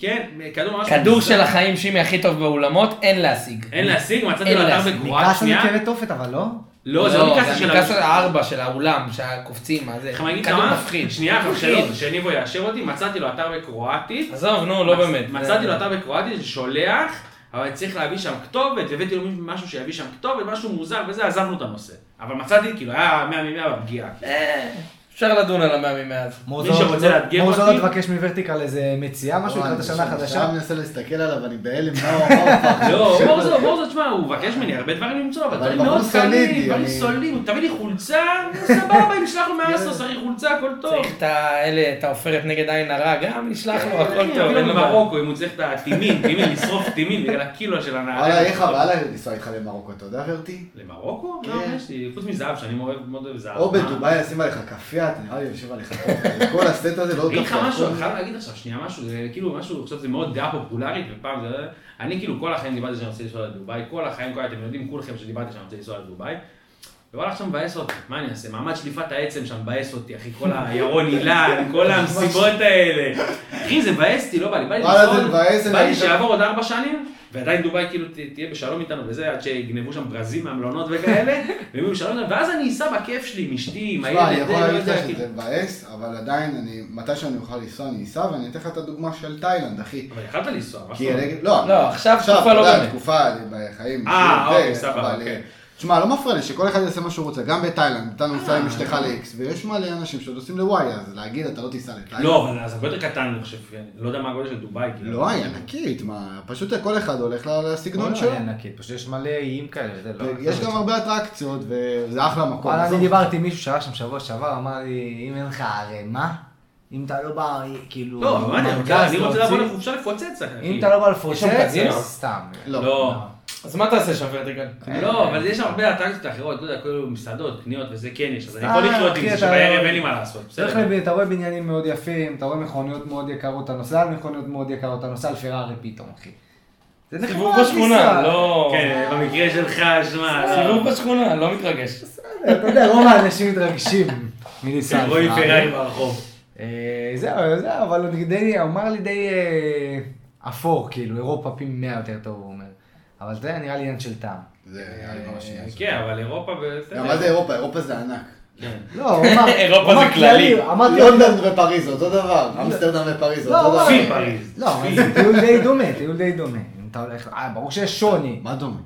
כן, כדור ממש... כדור מוזר. של החיים שימי הכי טוב באולמות, אין להשיג. אין להשיג, מצאתי אין לו אתר להשיג. בגרועה מקאסה שנייה. נקראת תופת, אבל לא? לא, זה לא מקאסה של המקאסה הרשת. הארבע של האולם, שהקופצים, מה זה, איך אני אגיד לך כדור מה? מפחיד. שנייה, עכשיו שאלות, שניבו יאשר אותי, מצאתי לו אתר בקרואטית, עזוב, נו, לא מצ- באמת. מצאתי לו אתר בקרואטית ששולח, אבל צריך להביא שם כתובת, הבאתי לו משהו שיביא שם כתובת, משהו מוזר וזה, עזבנו את הנושא. אבל מצאתי, כאילו, היה 100 מ-100 בפגיעה. אה, אפשר לדון על המאה ממאה הזאת. מורזון- שרוצה לאתגר מורזון אותי- עוד לא תבקש מוורטיקל איזה מציאה, משהו לקראת השנה עכשיו החדשה? אני מנסה להסתכל עליו, אני בהלם, מה הוא אמר? לא, מורזו, מורזו, תשמע, הוא מבקש ממני הרבה דברים למצוא, אבל אבל דברים בחור מאוד קלים, סולידי, דברים אני- סולדים, תביא לי חולצה, סבבה, אם שלח לו מהאסוס, צריך חולצה, הכל טוב. צריך את האלה, את העופרת נגד עין הרע, גם נשלח אה, לו, הכל אחי, טוב, אפילו אין לו בעיה. במרוקו, אם הוא צריך את הטימין, טימין, לשרוף טימין בגלל הקילו של הנעל. וואלה, איך אבל היה לנסוע איתך למרוקו, אתה יודע, ורטי? למרוקו? כן. לא, יש לי, חוץ מזהב, שאני מאוד מאוד אוהב זהב. או מה? בדובאי לשים עליך כאפיה, אתה נראה לי יושב עליך כאפיה. כל הסט הזה לא אני אגיד לך משהו, אני הכל. חייב להגיד עכשיו שנייה משהו, זה כאילו משהו, עכשיו זה מאוד דעה פופולרית, ופעם זה... אני כאילו כל החיים דיברתי שאני רוצה לנסוע לדובאי, כל החיים, כל אתם יודעים כולכם שדיברתי שאני רוצה לנסוע לדובאי, ווואלה עכשיו מבאס אותי, מה אני אעשה? מעמד שליפת העצם שם מבאס אותי, אחי, כל הירון אילן, כל המסיבות האלה. אחי, זה מבאס אותי, לא בא לי, בא לי וואלה, זה לנסוע, מבאס, בא אני- לי שיעבור עוד ארבע שנים, ועדיין דובאי כאילו ת- תהיה בשלום איתנו וזה, עד שיגנבו שם ברזים מהמלונות וכאלה, והם יהיו בשלום איתנו, ואז אני אסע בכיף שלי עם אשתי, עם תשמע, אני הילד, יכול זה, לא להגיד יודע, לך כאילו. שזה מבאס, אבל עדיין, אני, מתי שאני אוכל לנסוע, אני אסע, ואני אתן לך את הדוגמה של תאילנד, אחי. אבל יכלת לנסוע, מה כי זאת אומרת? הרגל, לא, לא, עכשיו תקופה אתה לא יודע, באמת. תקופה בחיים. אה, זה, אוקיי, סבבה, אבל, אוקיי. אה, תשמע, לא מפריע לי שכל אחד יעשה מה שהוא רוצה, גם בתאילנד, אתה נוסע עם אשתך ל-X, ויש מלא אנשים שעוד עושים ל-Y, אז להגיד אתה לא תיסע לתאילנד. לא, אבל זה הרבה יותר קטן, אני חושב, אני לא יודע מה הגודל של דובאי, כאילו. לא, היא ענקית, מה, פשוט כל אחד הולך ל- לסגנון שלו. לא, אני ענקית, פשוט יש מלא איים כאלה, וזה לא... יש גם הרבה אטרקציות, וזה אחלה מקום. וואלה, אני עזוב. דיברתי עם מישהו שהיה שם שבוע שעבר, אמר לי, אם אין לך ערימה, אם אתה לא בא, כאילו... לא, אבל מה אני מרכז רוצה- אני רוצה להוציא, לבוא לחופשה לפוצץ, אחי. אם אתה לא בא שם לפוצץ, קזינו? אז סתם. לא. לא. אז מה תעשה שם ורטיקל? אה, לא, אבל יש הרבה אטרקציות אחרות, אתה יודע, כאילו מסעדות, קניות וזה כן יש, אז אני אה, יכול לחיות אחי, עם זה, אתה- שבערב אין לי מה לעשות, צריך בסדר? להבין, אתה רואה בניינים מאוד יפים, אתה רואה מכוניות מאוד יקרות, אתה נוסע על מכוניות מאוד יקרות, אתה נוסע על פרארי פתאום, אחי. זה נחמד, סיבוב בשכונה, ניסע. לא... אה. כן, במקרה שלך, שמע, סיבוב בשכונה, לא מתרגש. אתה יודע, רוב האנשים מתרגשים מניסן. כן, אה, רואים פרארי ברחוב. אה, זהו, זהו, אבל הוא די, הוא אמר לי די אה, אפור, כאילו, אירופה פי מאה יותר טוב, הוא אומר. אבל זה נראה לי עניין של טעם. זה נראה אה, לי ממש עניין. כן, אבל אירופה, בסדר. גם מה זה אירופה? אירופה זה ענק. כן. לא, הוא אמר, אירופה הוא אמר זה כללי. אמרתי, לונדון ופריז אותו דבר, אמסטרדם ופריז לא, אותו דבר. אבל- צי פריז. לא, אבל זה טיול די דומה, טיול די דומה. אם אתה הולך, אה, ברור שיש שוני. מה דומה?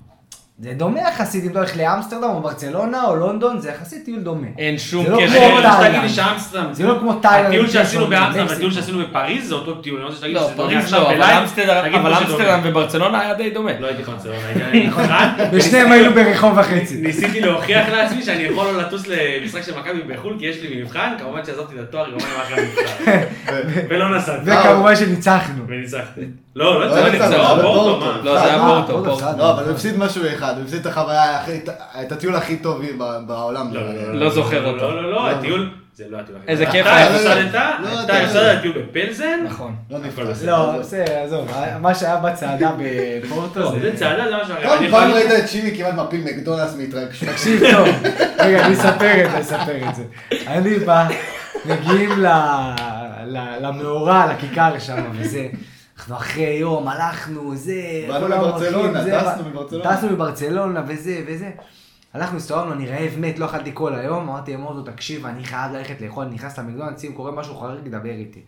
זה דומה יחסית, אם אתה הולך לאמסטרדם או ברצלונה או לונדון, זה יחסית טיול דומה. אין שום זה לא קשר. כמו אני רוצה שתגיד לי תאילנד. שאמסטרדם, זה לא כמו תאילנד, הטיול שיש שעשינו לנו באמסטרדם במקסיקו. והטיול שעשינו בפריז זה אותו טיול, אני רוצה שתגיד לי לא, שזה דומה פריז עכשיו לא, אבל בלייב, אמסטרדם- תגיד אבל פה שזה אמסטרדם דומה. וברצלונה היה די דומה. לא הייתי ברצלונה, הייתי נכון? ושניהם היינו ברחוב וחצי. ניסיתי להוכיח לעצמי שאני יכול לא לטוס למשחק של מכבי בחו"ל כי יש לי מבחן, כמובן שעזבתי את התואר יומיים אחרי המבחן. ולא נסעתי. וכמובן שניצחנו. וניצחתי. לא, לא לא ניצחתי, ניצחנו, זה אבל פורטו, פורטו. מה? לא, זה היה אה, פורטו, עוד פורטו. אחד. לא, אבל הוא הפסיד משהו אחד, הוא הפסיד את החוויה, הכי- את הטיול הכי טוב ב- בעולם. לא, לא, לא זוכר אותו. לא, לא, לא, הטיול, זה לא הטיול. הכי איזה טוב. כיף אתה היה. הפסדת, לא, לא, אתה לא. הפסדת טיול בפלזן. נכון. לא נפלס. לא, בסדר, עזוב, מה שהיה בצעדה בפורטו לא, זה צעדה, זה מה שאומר. כל לא, פעם ראית את שימי כמעט מפיל מקדונלדס מהתרגשות. תקשיב טוב, רגע, אני אספר את זה, אני אספר את זה. אני בא, מגיעים ל- ל- למאורע, לכיכר שם, וזה. אנחנו אחרי יום, הלכנו, זה... באנו כל העורקים, לברצלונה, זה, טסנו מברצלונה. טסנו מברצלונה, וזה, וזה. הלכנו, הסתובבנו, אני רעב מת, לא אכלתי כל היום, אמרתי למורדו, תקשיב, אני חייב ללכת לאכול, אני נכנס למקדונלדס, אם קורה משהו חריג, דבר איתי.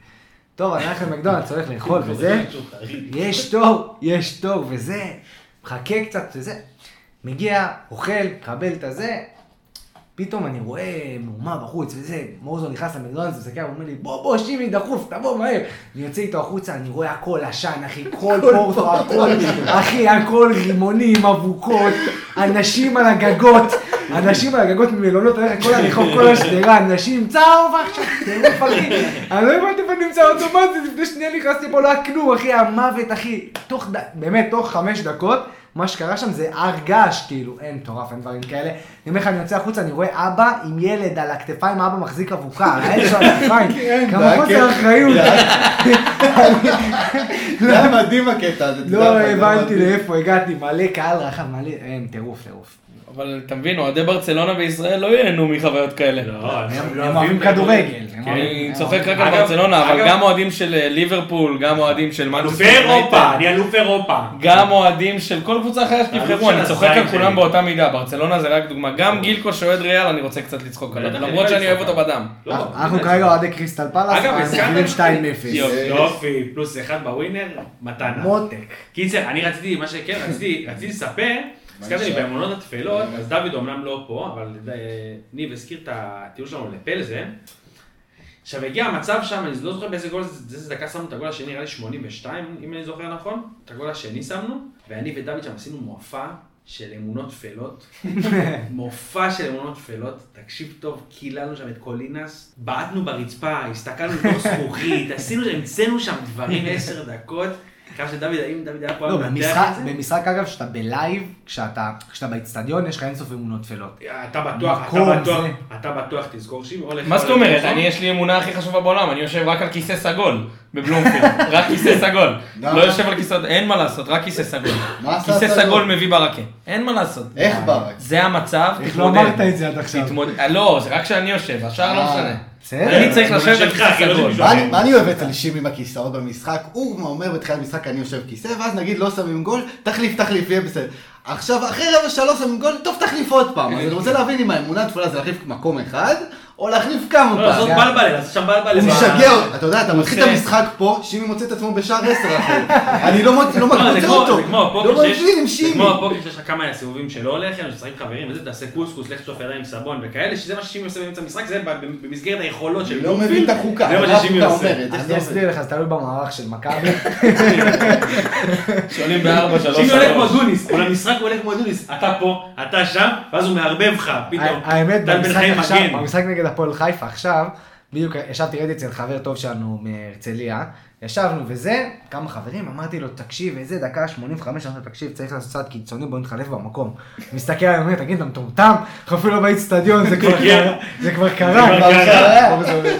טוב, אני הולך למקדונלדס, הולך לאכול, וזה. יש תור, יש תור, וזה, מחכה קצת, וזה. מגיע, אוכל, מקבל את הזה, פתאום אני רואה מהומה בחוץ, וזה, מורזו נכנס למקדונלדס, מסתכל, הוא אומר לי, בוא, בוא, שימי, דחוף, תבוא מהר. אני יוצא איתו החוצה, אני רואה הכל עשן, אחי, כל פורטו, הכל, אחי, הכל רימונים, אבוקות, אנשים על הגגות, אנשים על הגגות ממלונות, הולך כל הרחוב, כל השדרה, אנשים, צהוב עכשיו, טירוף, אחי. אני לא הבנתי איפה נמצא האוטומטי, לפני שנייה נכנסתי פה, לא היה כלום, אחי, המוות, אחי, תוך, ד- באמת, תוך חמש דקות. מה שקרה שם זה הר געש, כאילו, אין מטורף, אין דברים כאלה. אני אומר לך, אני יוצא החוצה, אני רואה אבא עם ילד על הכתפיים, אבא מחזיק אבוקה, על העד שלו על הכתפיים. כמה כן, זה חוסר הכיף. אחריות. זה זה היה מדהים הקטע הזה. אתה לא יודע, זה הבנתי מדהים. לאיפה הגעתי, מלא קהל רחב, מלא, אין, טירוף, טירוף. אבל אתה מבין, אוהדי ברצלונה בישראל לא ייהנו מחוויות כאלה. לא, הם לא אוהבים כדורגל. הם כן, אני אוהבים- צוחק רק על אה, אגב- ברצלונה, אבל אגב- גם אוהדים של אה, ליברפול, גם אוהדים של אלופי מנצ'סטר אירופה, יונייטד, אני אלוף אירופה. גם אוהדים של כל קבוצה אחרת האלוף שתבחרו, של אני צוחק על הזין כולם שלי. באותה מידה, ברצלונה זה רק דוגמה. גם גילקו שאוהד ריאל, אני רוצה קצת לצחוק עליו, בטח, למרות אני שאני אוהב לצחוק אותו בדם. לא, אנחנו כרגע אוהדי קריסטל פלאס, אגב, אנחנו מובילים 2-0. יופי. יופי, פלוס אחד בווינר, מתנה. מותק. קיצר, אני רציתי, מה שכן, רציתי רציתי לספר, הזכרתי לי נשאר? באמונות הטפלות, אז דוד אומנם לא פה, אבל אה, ניב הזכיר את הטיול שלנו לפלזן. עכשיו הגיע המצב שם, אני לא זוכר באיזה גול, זה איזה דקה שמנו את הגול השני, נראה לי 82, אם אני זוכר נכון, את הגול השני שמנו, ואני ודוד שם עשינו מופע של אמונות טפלות. מופע של אמונות טפלות, תקשיב טוב, קיללנו שם את קולינס, לא בעטנו ברצפה, הסתכלנו בתוך זכוכית, עשינו, המצאנו שם דברים עשר דקות. חייב שדוד, האם דוד היה פה... לא, היה מנתח במשחק, את זה? במשחק אגב, שאתה בלייב, כשאתה כשאתה באיצטדיון, יש לך אינסוף אמונות טפלות. אתה בטוח, מקום, אתה בטוח, זה. אתה בטוח תזכור שהיא הולכת... מה זאת נכון. אומרת? אני יש לי אמונה הכי חשובה בעולם, אני יושב רק על כיסא סגול בבלומפילד, רק כיסא סגול. למה? לא יושב על כיסא, אין מה לעשות, רק כיסא סגול. מה עשה כיסא הסגול? סגול מביא ברכה, אין מה לעשות. איך ברק? זה המצב, איך לא תתמודד. אמרת את זה עד עכשיו? תתמודד, אה, לא, זה רק כשאני יושב, השאר לא אה, משנה. בסדר. אני כאילו, צריך אבל לשבת על שלך, כיסא כי לא סגול. שמישהו מה אני- מה אני אוהב את הלישים עם הכיסאות במשחק? אורמה אומר בתחילת המשחק אני יושב כיסא, ואז נגיד לא שמים גול, תחליף, תחליף, יהיה בסדר. עכשיו, אחרי רבע שעה לא שמים גול, טוב תחליף עוד פעם. אז אני רוצה להבין אם האמונה התפולה זה להחליף מקום אחד, או להחליף כמה לא, זאת פעמים. בלבלה, אז שם בלבלה. הוא משגע, אותי. אתה יודע, אתה מתחיל את עושה- המשחק פה, שימי מוצא את עצמו בשער 10 אחרי. אני לא מוצא לא לא, זה מוצא כמו- אותו. זה כמו לא הפוקר מבין עם שיש- זה שימי. כמו הפוקר שיש לך כמה סיבובים שלא הולך, יש משחקים חברים וזה, תעשה קוסקוס, לך תשטוף ידיים עם סבון וכאלה, שזה מה ששימי עושה באמצע המשחק, זה במסגרת היכולות של אני לא מבין את החוקה. זה מה מה ששימי החוקה עושה. אומרת, איך זה אני עובד? אסביר לך, זה תלוי במערך של מכבי. שעולים בארבע, שלוש, שימי עולה כמו שלוש. דוניס, אבל המשחק הוא עולה כמו דוניס, אתה פה, אתה שם, ואז הוא מערבב לך, פתאום. האמת, טל בן במשחק חיים עכשיו, מגן. במשחק נגד הפועל חיפה עכשיו, בדיוק ישבתי, ראיתי אצל חבר טוב שלנו מהרצליה, ישבנו וזה, כמה חברים, אמרתי לו, תקשיב, איזה דקה 85, אמרתי לו, תקשיב, צריך לעשות צעד קיצוני, בוא נתחלף במקום. מסתכל עליי, אומר, תגיד, אתה מטומטם? אנחנו אפילו לא באיצטדיון, זה כבר קרה, זה כבר קרה, כבר כבר קרה. קרה. לא בסדר.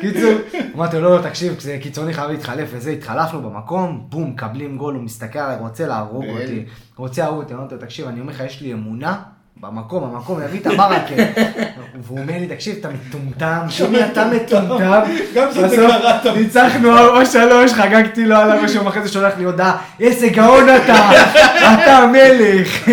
קיצור, אמרתי לו, לא, לא, תקשיב, זה קיצוני, חייב להתחלף וזה, התחלפנו במקום, בום, מקבלים גול, הוא מסתכל עליי, רוצה להרוג ואלה. אותי. רוצה ההוא, אתה אומר לו, תקשיב, אני אומר לך, יש לי אמונה במקום, המקום יביא את הברקה. והוא אומר לי, תקשיב, אתה מטומטם, שומע, אתה מטומטם. גם כשאתה בסוף קראת. ניצחנו ארבע שלוש, חגגתי לו על ארבע שלוש, אחרי זה שולח לי הודעה, איזה גאון אתה, אתה המלך,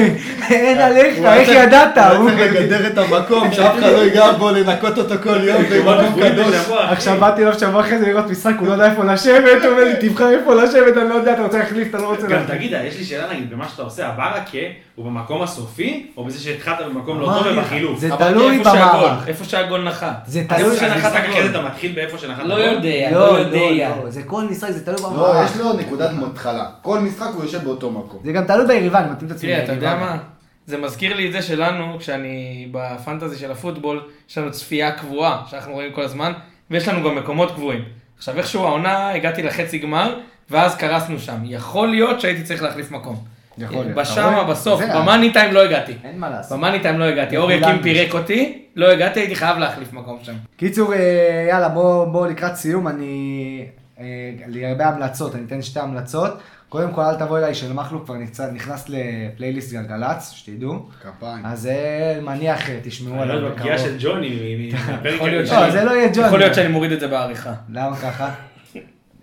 אין עליך, אה, הוא היה איך צריך- ידעת? הוא הוא- היה צריך לגדר את המקום, שאף אחד לא ייגע בו, לנקות אותו כל יום, זה מקום קדוש. עכשיו באתי אליו שבוע אחרי זה לראות משחק, הוא לא יודע איפה לשבת, הוא אומר לי, תבחר איפה לשבת, אני לא יודע, אתה רוצה להחליף, אתה לא רוצה גם להחליף. תגיד, יש לי שאלה נגיד, במה שאתה עושה, הברקה הוא במקום הסופי, או בזה שהתחלת במקום לא אמרתי טוב לך, ובחילוף? זה אמרתי, תלוי איפה שהגול- במערך. איפה שהגול נחת. זה איפה תלוי שנחת זה הכי, גול. אתה מתחיל באיפה שנחת. לא הגול? יודע, לא לא, לא, יודע. לא, זה כל משחק, זה תלוי לא, במערך. יש לו נקודת מתחלה. כל משחק הוא יושב באותו מקום. זה גם תלוי ביריבה, אני מתאים את עצמי. תראה, אה, אתה יודע ליריבה. מה? זה מזכיר לי את זה שלנו, כשאני בפנטזי של הפוטבול, יש לנו צפייה קבועה, שאנחנו רואים כל הזמן, ויש לנו גם מקומות קבועים. עכשיו, איכשהו העונה, הגעתי לחצי גמר, ואז קרסנו שם. יכול להיות שהייתי צריך להחליף מקום. יכול להיות, אתה בשמה, רואה? בסוף, זה ה- במאני טיים לא הגעתי. אין מה לעשות. במאני טיים לא הגעתי. אורי לכולנו הקים יש. פירק אותי, לא הגעתי, הייתי חייב להחליף מקום שם. קיצור, אה, יאללה, בואו בוא לקראת סיום, אני... אה, לגבי המלצות, אני אתן שתי המלצות. קודם כל, אל תבוא אליי, שלמחלוק כבר נכנס, נכנס לפלייליסט גלגלצ, שתדעו. כפיים. אז זה מניח, אה, תשמעו אני לא עליו יודע, בפגיעה בקרוב. של ג'וני, מהפרק יכול להיות הראשון. לא, זה לא יהיה ג'וני. יכול להיות שאני מוריד את זה בעריכה. למה ככה?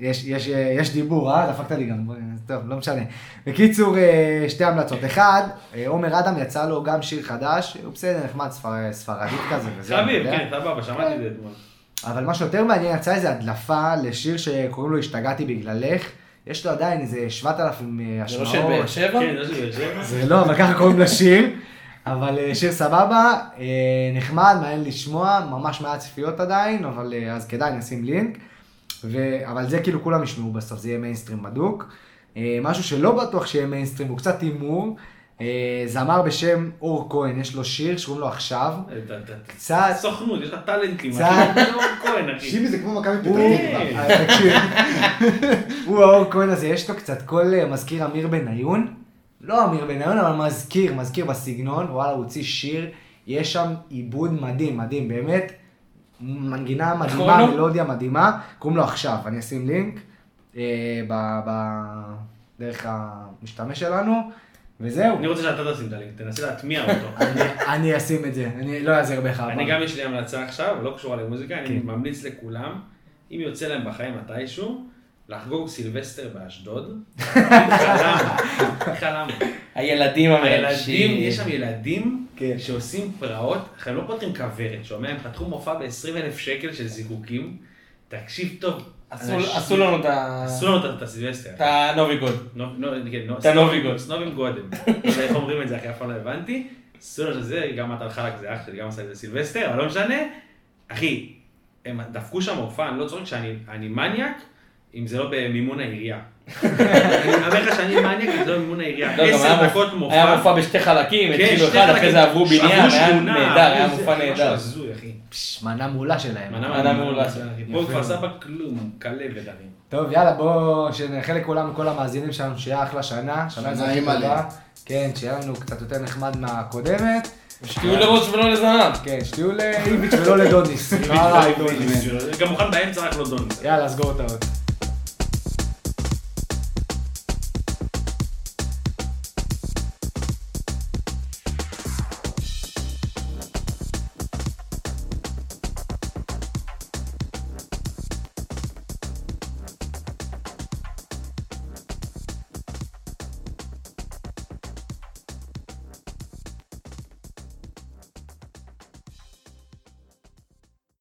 יש, יש, יש דיבור, אה? דפקת לי גם, בוא, טוב, לא משנה. בקיצור, אה, שתי המלצות. אחד, אה, עומר אדם יצא לו גם שיר חדש, הוא בסדר, נחמד, ספר, ספרדית כזה וזה. אני חביב, יודע. כן, סבבה, שמעתי את זה אתמול. אבל מה שיותר מעניין, יצאה איזה הדלפה לשיר שקוראים לו השתגעתי בגללך. יש לו עדיין איזה 7,000 אה, זה לא השמעות. של באר שבע? כן, זה שלי, זה- זה לא, אבל ככה קוראים לשיר. אבל אה, שיר סבבה, אה, נחמד, מעניין לשמוע, ממש מעט צפיות עדיין, אבל אה, אז כדאי, נשים לינק. ו... אבל זה כאילו כולם ישמעו בסוף, זה יהיה מיינסטרים בדוק. אה, משהו שלא בטוח שיהיה מיינסטרים, הוא קצת הימור. אה, זמר בשם אור כהן, יש לו שיר שקוראים לו עכשיו. אה, אתה- אתה- אתה- קצת, סוכנות, יש לך טאלנטים, קצת. אחי. אתה לא כהן, אחי. שימי זה כמו מכבי פתח הוא- תקווה. אה, תקשיב, הוא האור כהן הזה, יש לו קצת קול אה, מזכיר אמיר בניון. לא אמיר בניון, אבל מזכיר, מזכיר בסגנון. וואלה, הוא הוציא שיר, יש שם עיבוד מדהים, מדהים, באמת. מנגינה נכון. מדהימה, קוראים לו? מלודיה מדהימה. קוראים לו עכשיו, אני אשים לינק אה, ב- ב- דרך המשתמש שלנו, וזהו. אני רוצה שאתה תשים את הלינק, תנסה להטמיע אותו. אני- אני אשים את זה, אני לא אעזר בך. אני אבל. גם יש לי המלצה עכשיו, לא קשורה למוזיקה, אני ממליץ לכולם, אם יוצא להם בחיים מתישהו, לחגוג סילבסטר באשדוד. חלם, חלם. הילדים המרגשים. הילדים, יש שם ילדים כן. שעושים פרעות, הם לא פותחים כוורת, שומע? הם פתחו מופע ב-20,000 שקל של זיקוקים. תקשיב טוב. עשו- אנשים- עשו לנו את ה... עשו לנו את הסילבסטר. את הנוביגוד. נו- נו- כן, נו- את הנוביגוד. סנובים גודם. לא יודע איך אומרים את זה, אחי, אף פעם לא הבנתי. סולו של זה, גם אתה חלק זה אח שלי, גם עשה את זה סילבסטר, אבל לא משנה. אחי, הם דפקו שם הופעה, אני לא צוחק שאני אני מניאק, אם זה לא במימון העירייה. אני אומר לך שאני מניאק, אם זה לא במימון העירייה. לא, גם היה עשר דקות מופע- היה מופע. מופע בשתי חלקים, כן, התחילו שתי אחד, אחרי חלקים. זה עברו בניין, עברו היה שמונה, נהדר, היה עברו זה, מופע משהו נהדר. הזוי, אחי. פש, מנה מעולה שלהם. מנה מעולה. פה כפר סבא כלום, כלבת אני. טוב, יאללה, בואו, שנאחל לכולם, כל המאזינים שלנו, שיהיה אחלה שנה. שנה שנה אזרחית עם טובה. מלא. כן, שיהיה לנו קצת יותר נחמד מהקודמת. שתהיו לראש לא ולא לזנב. כן, שתהיו לאיביץ' ולא לדוניס. יאללה, דוניס. גם מוכן באמצע רק לא דוניס. יאללה, סגור את האות.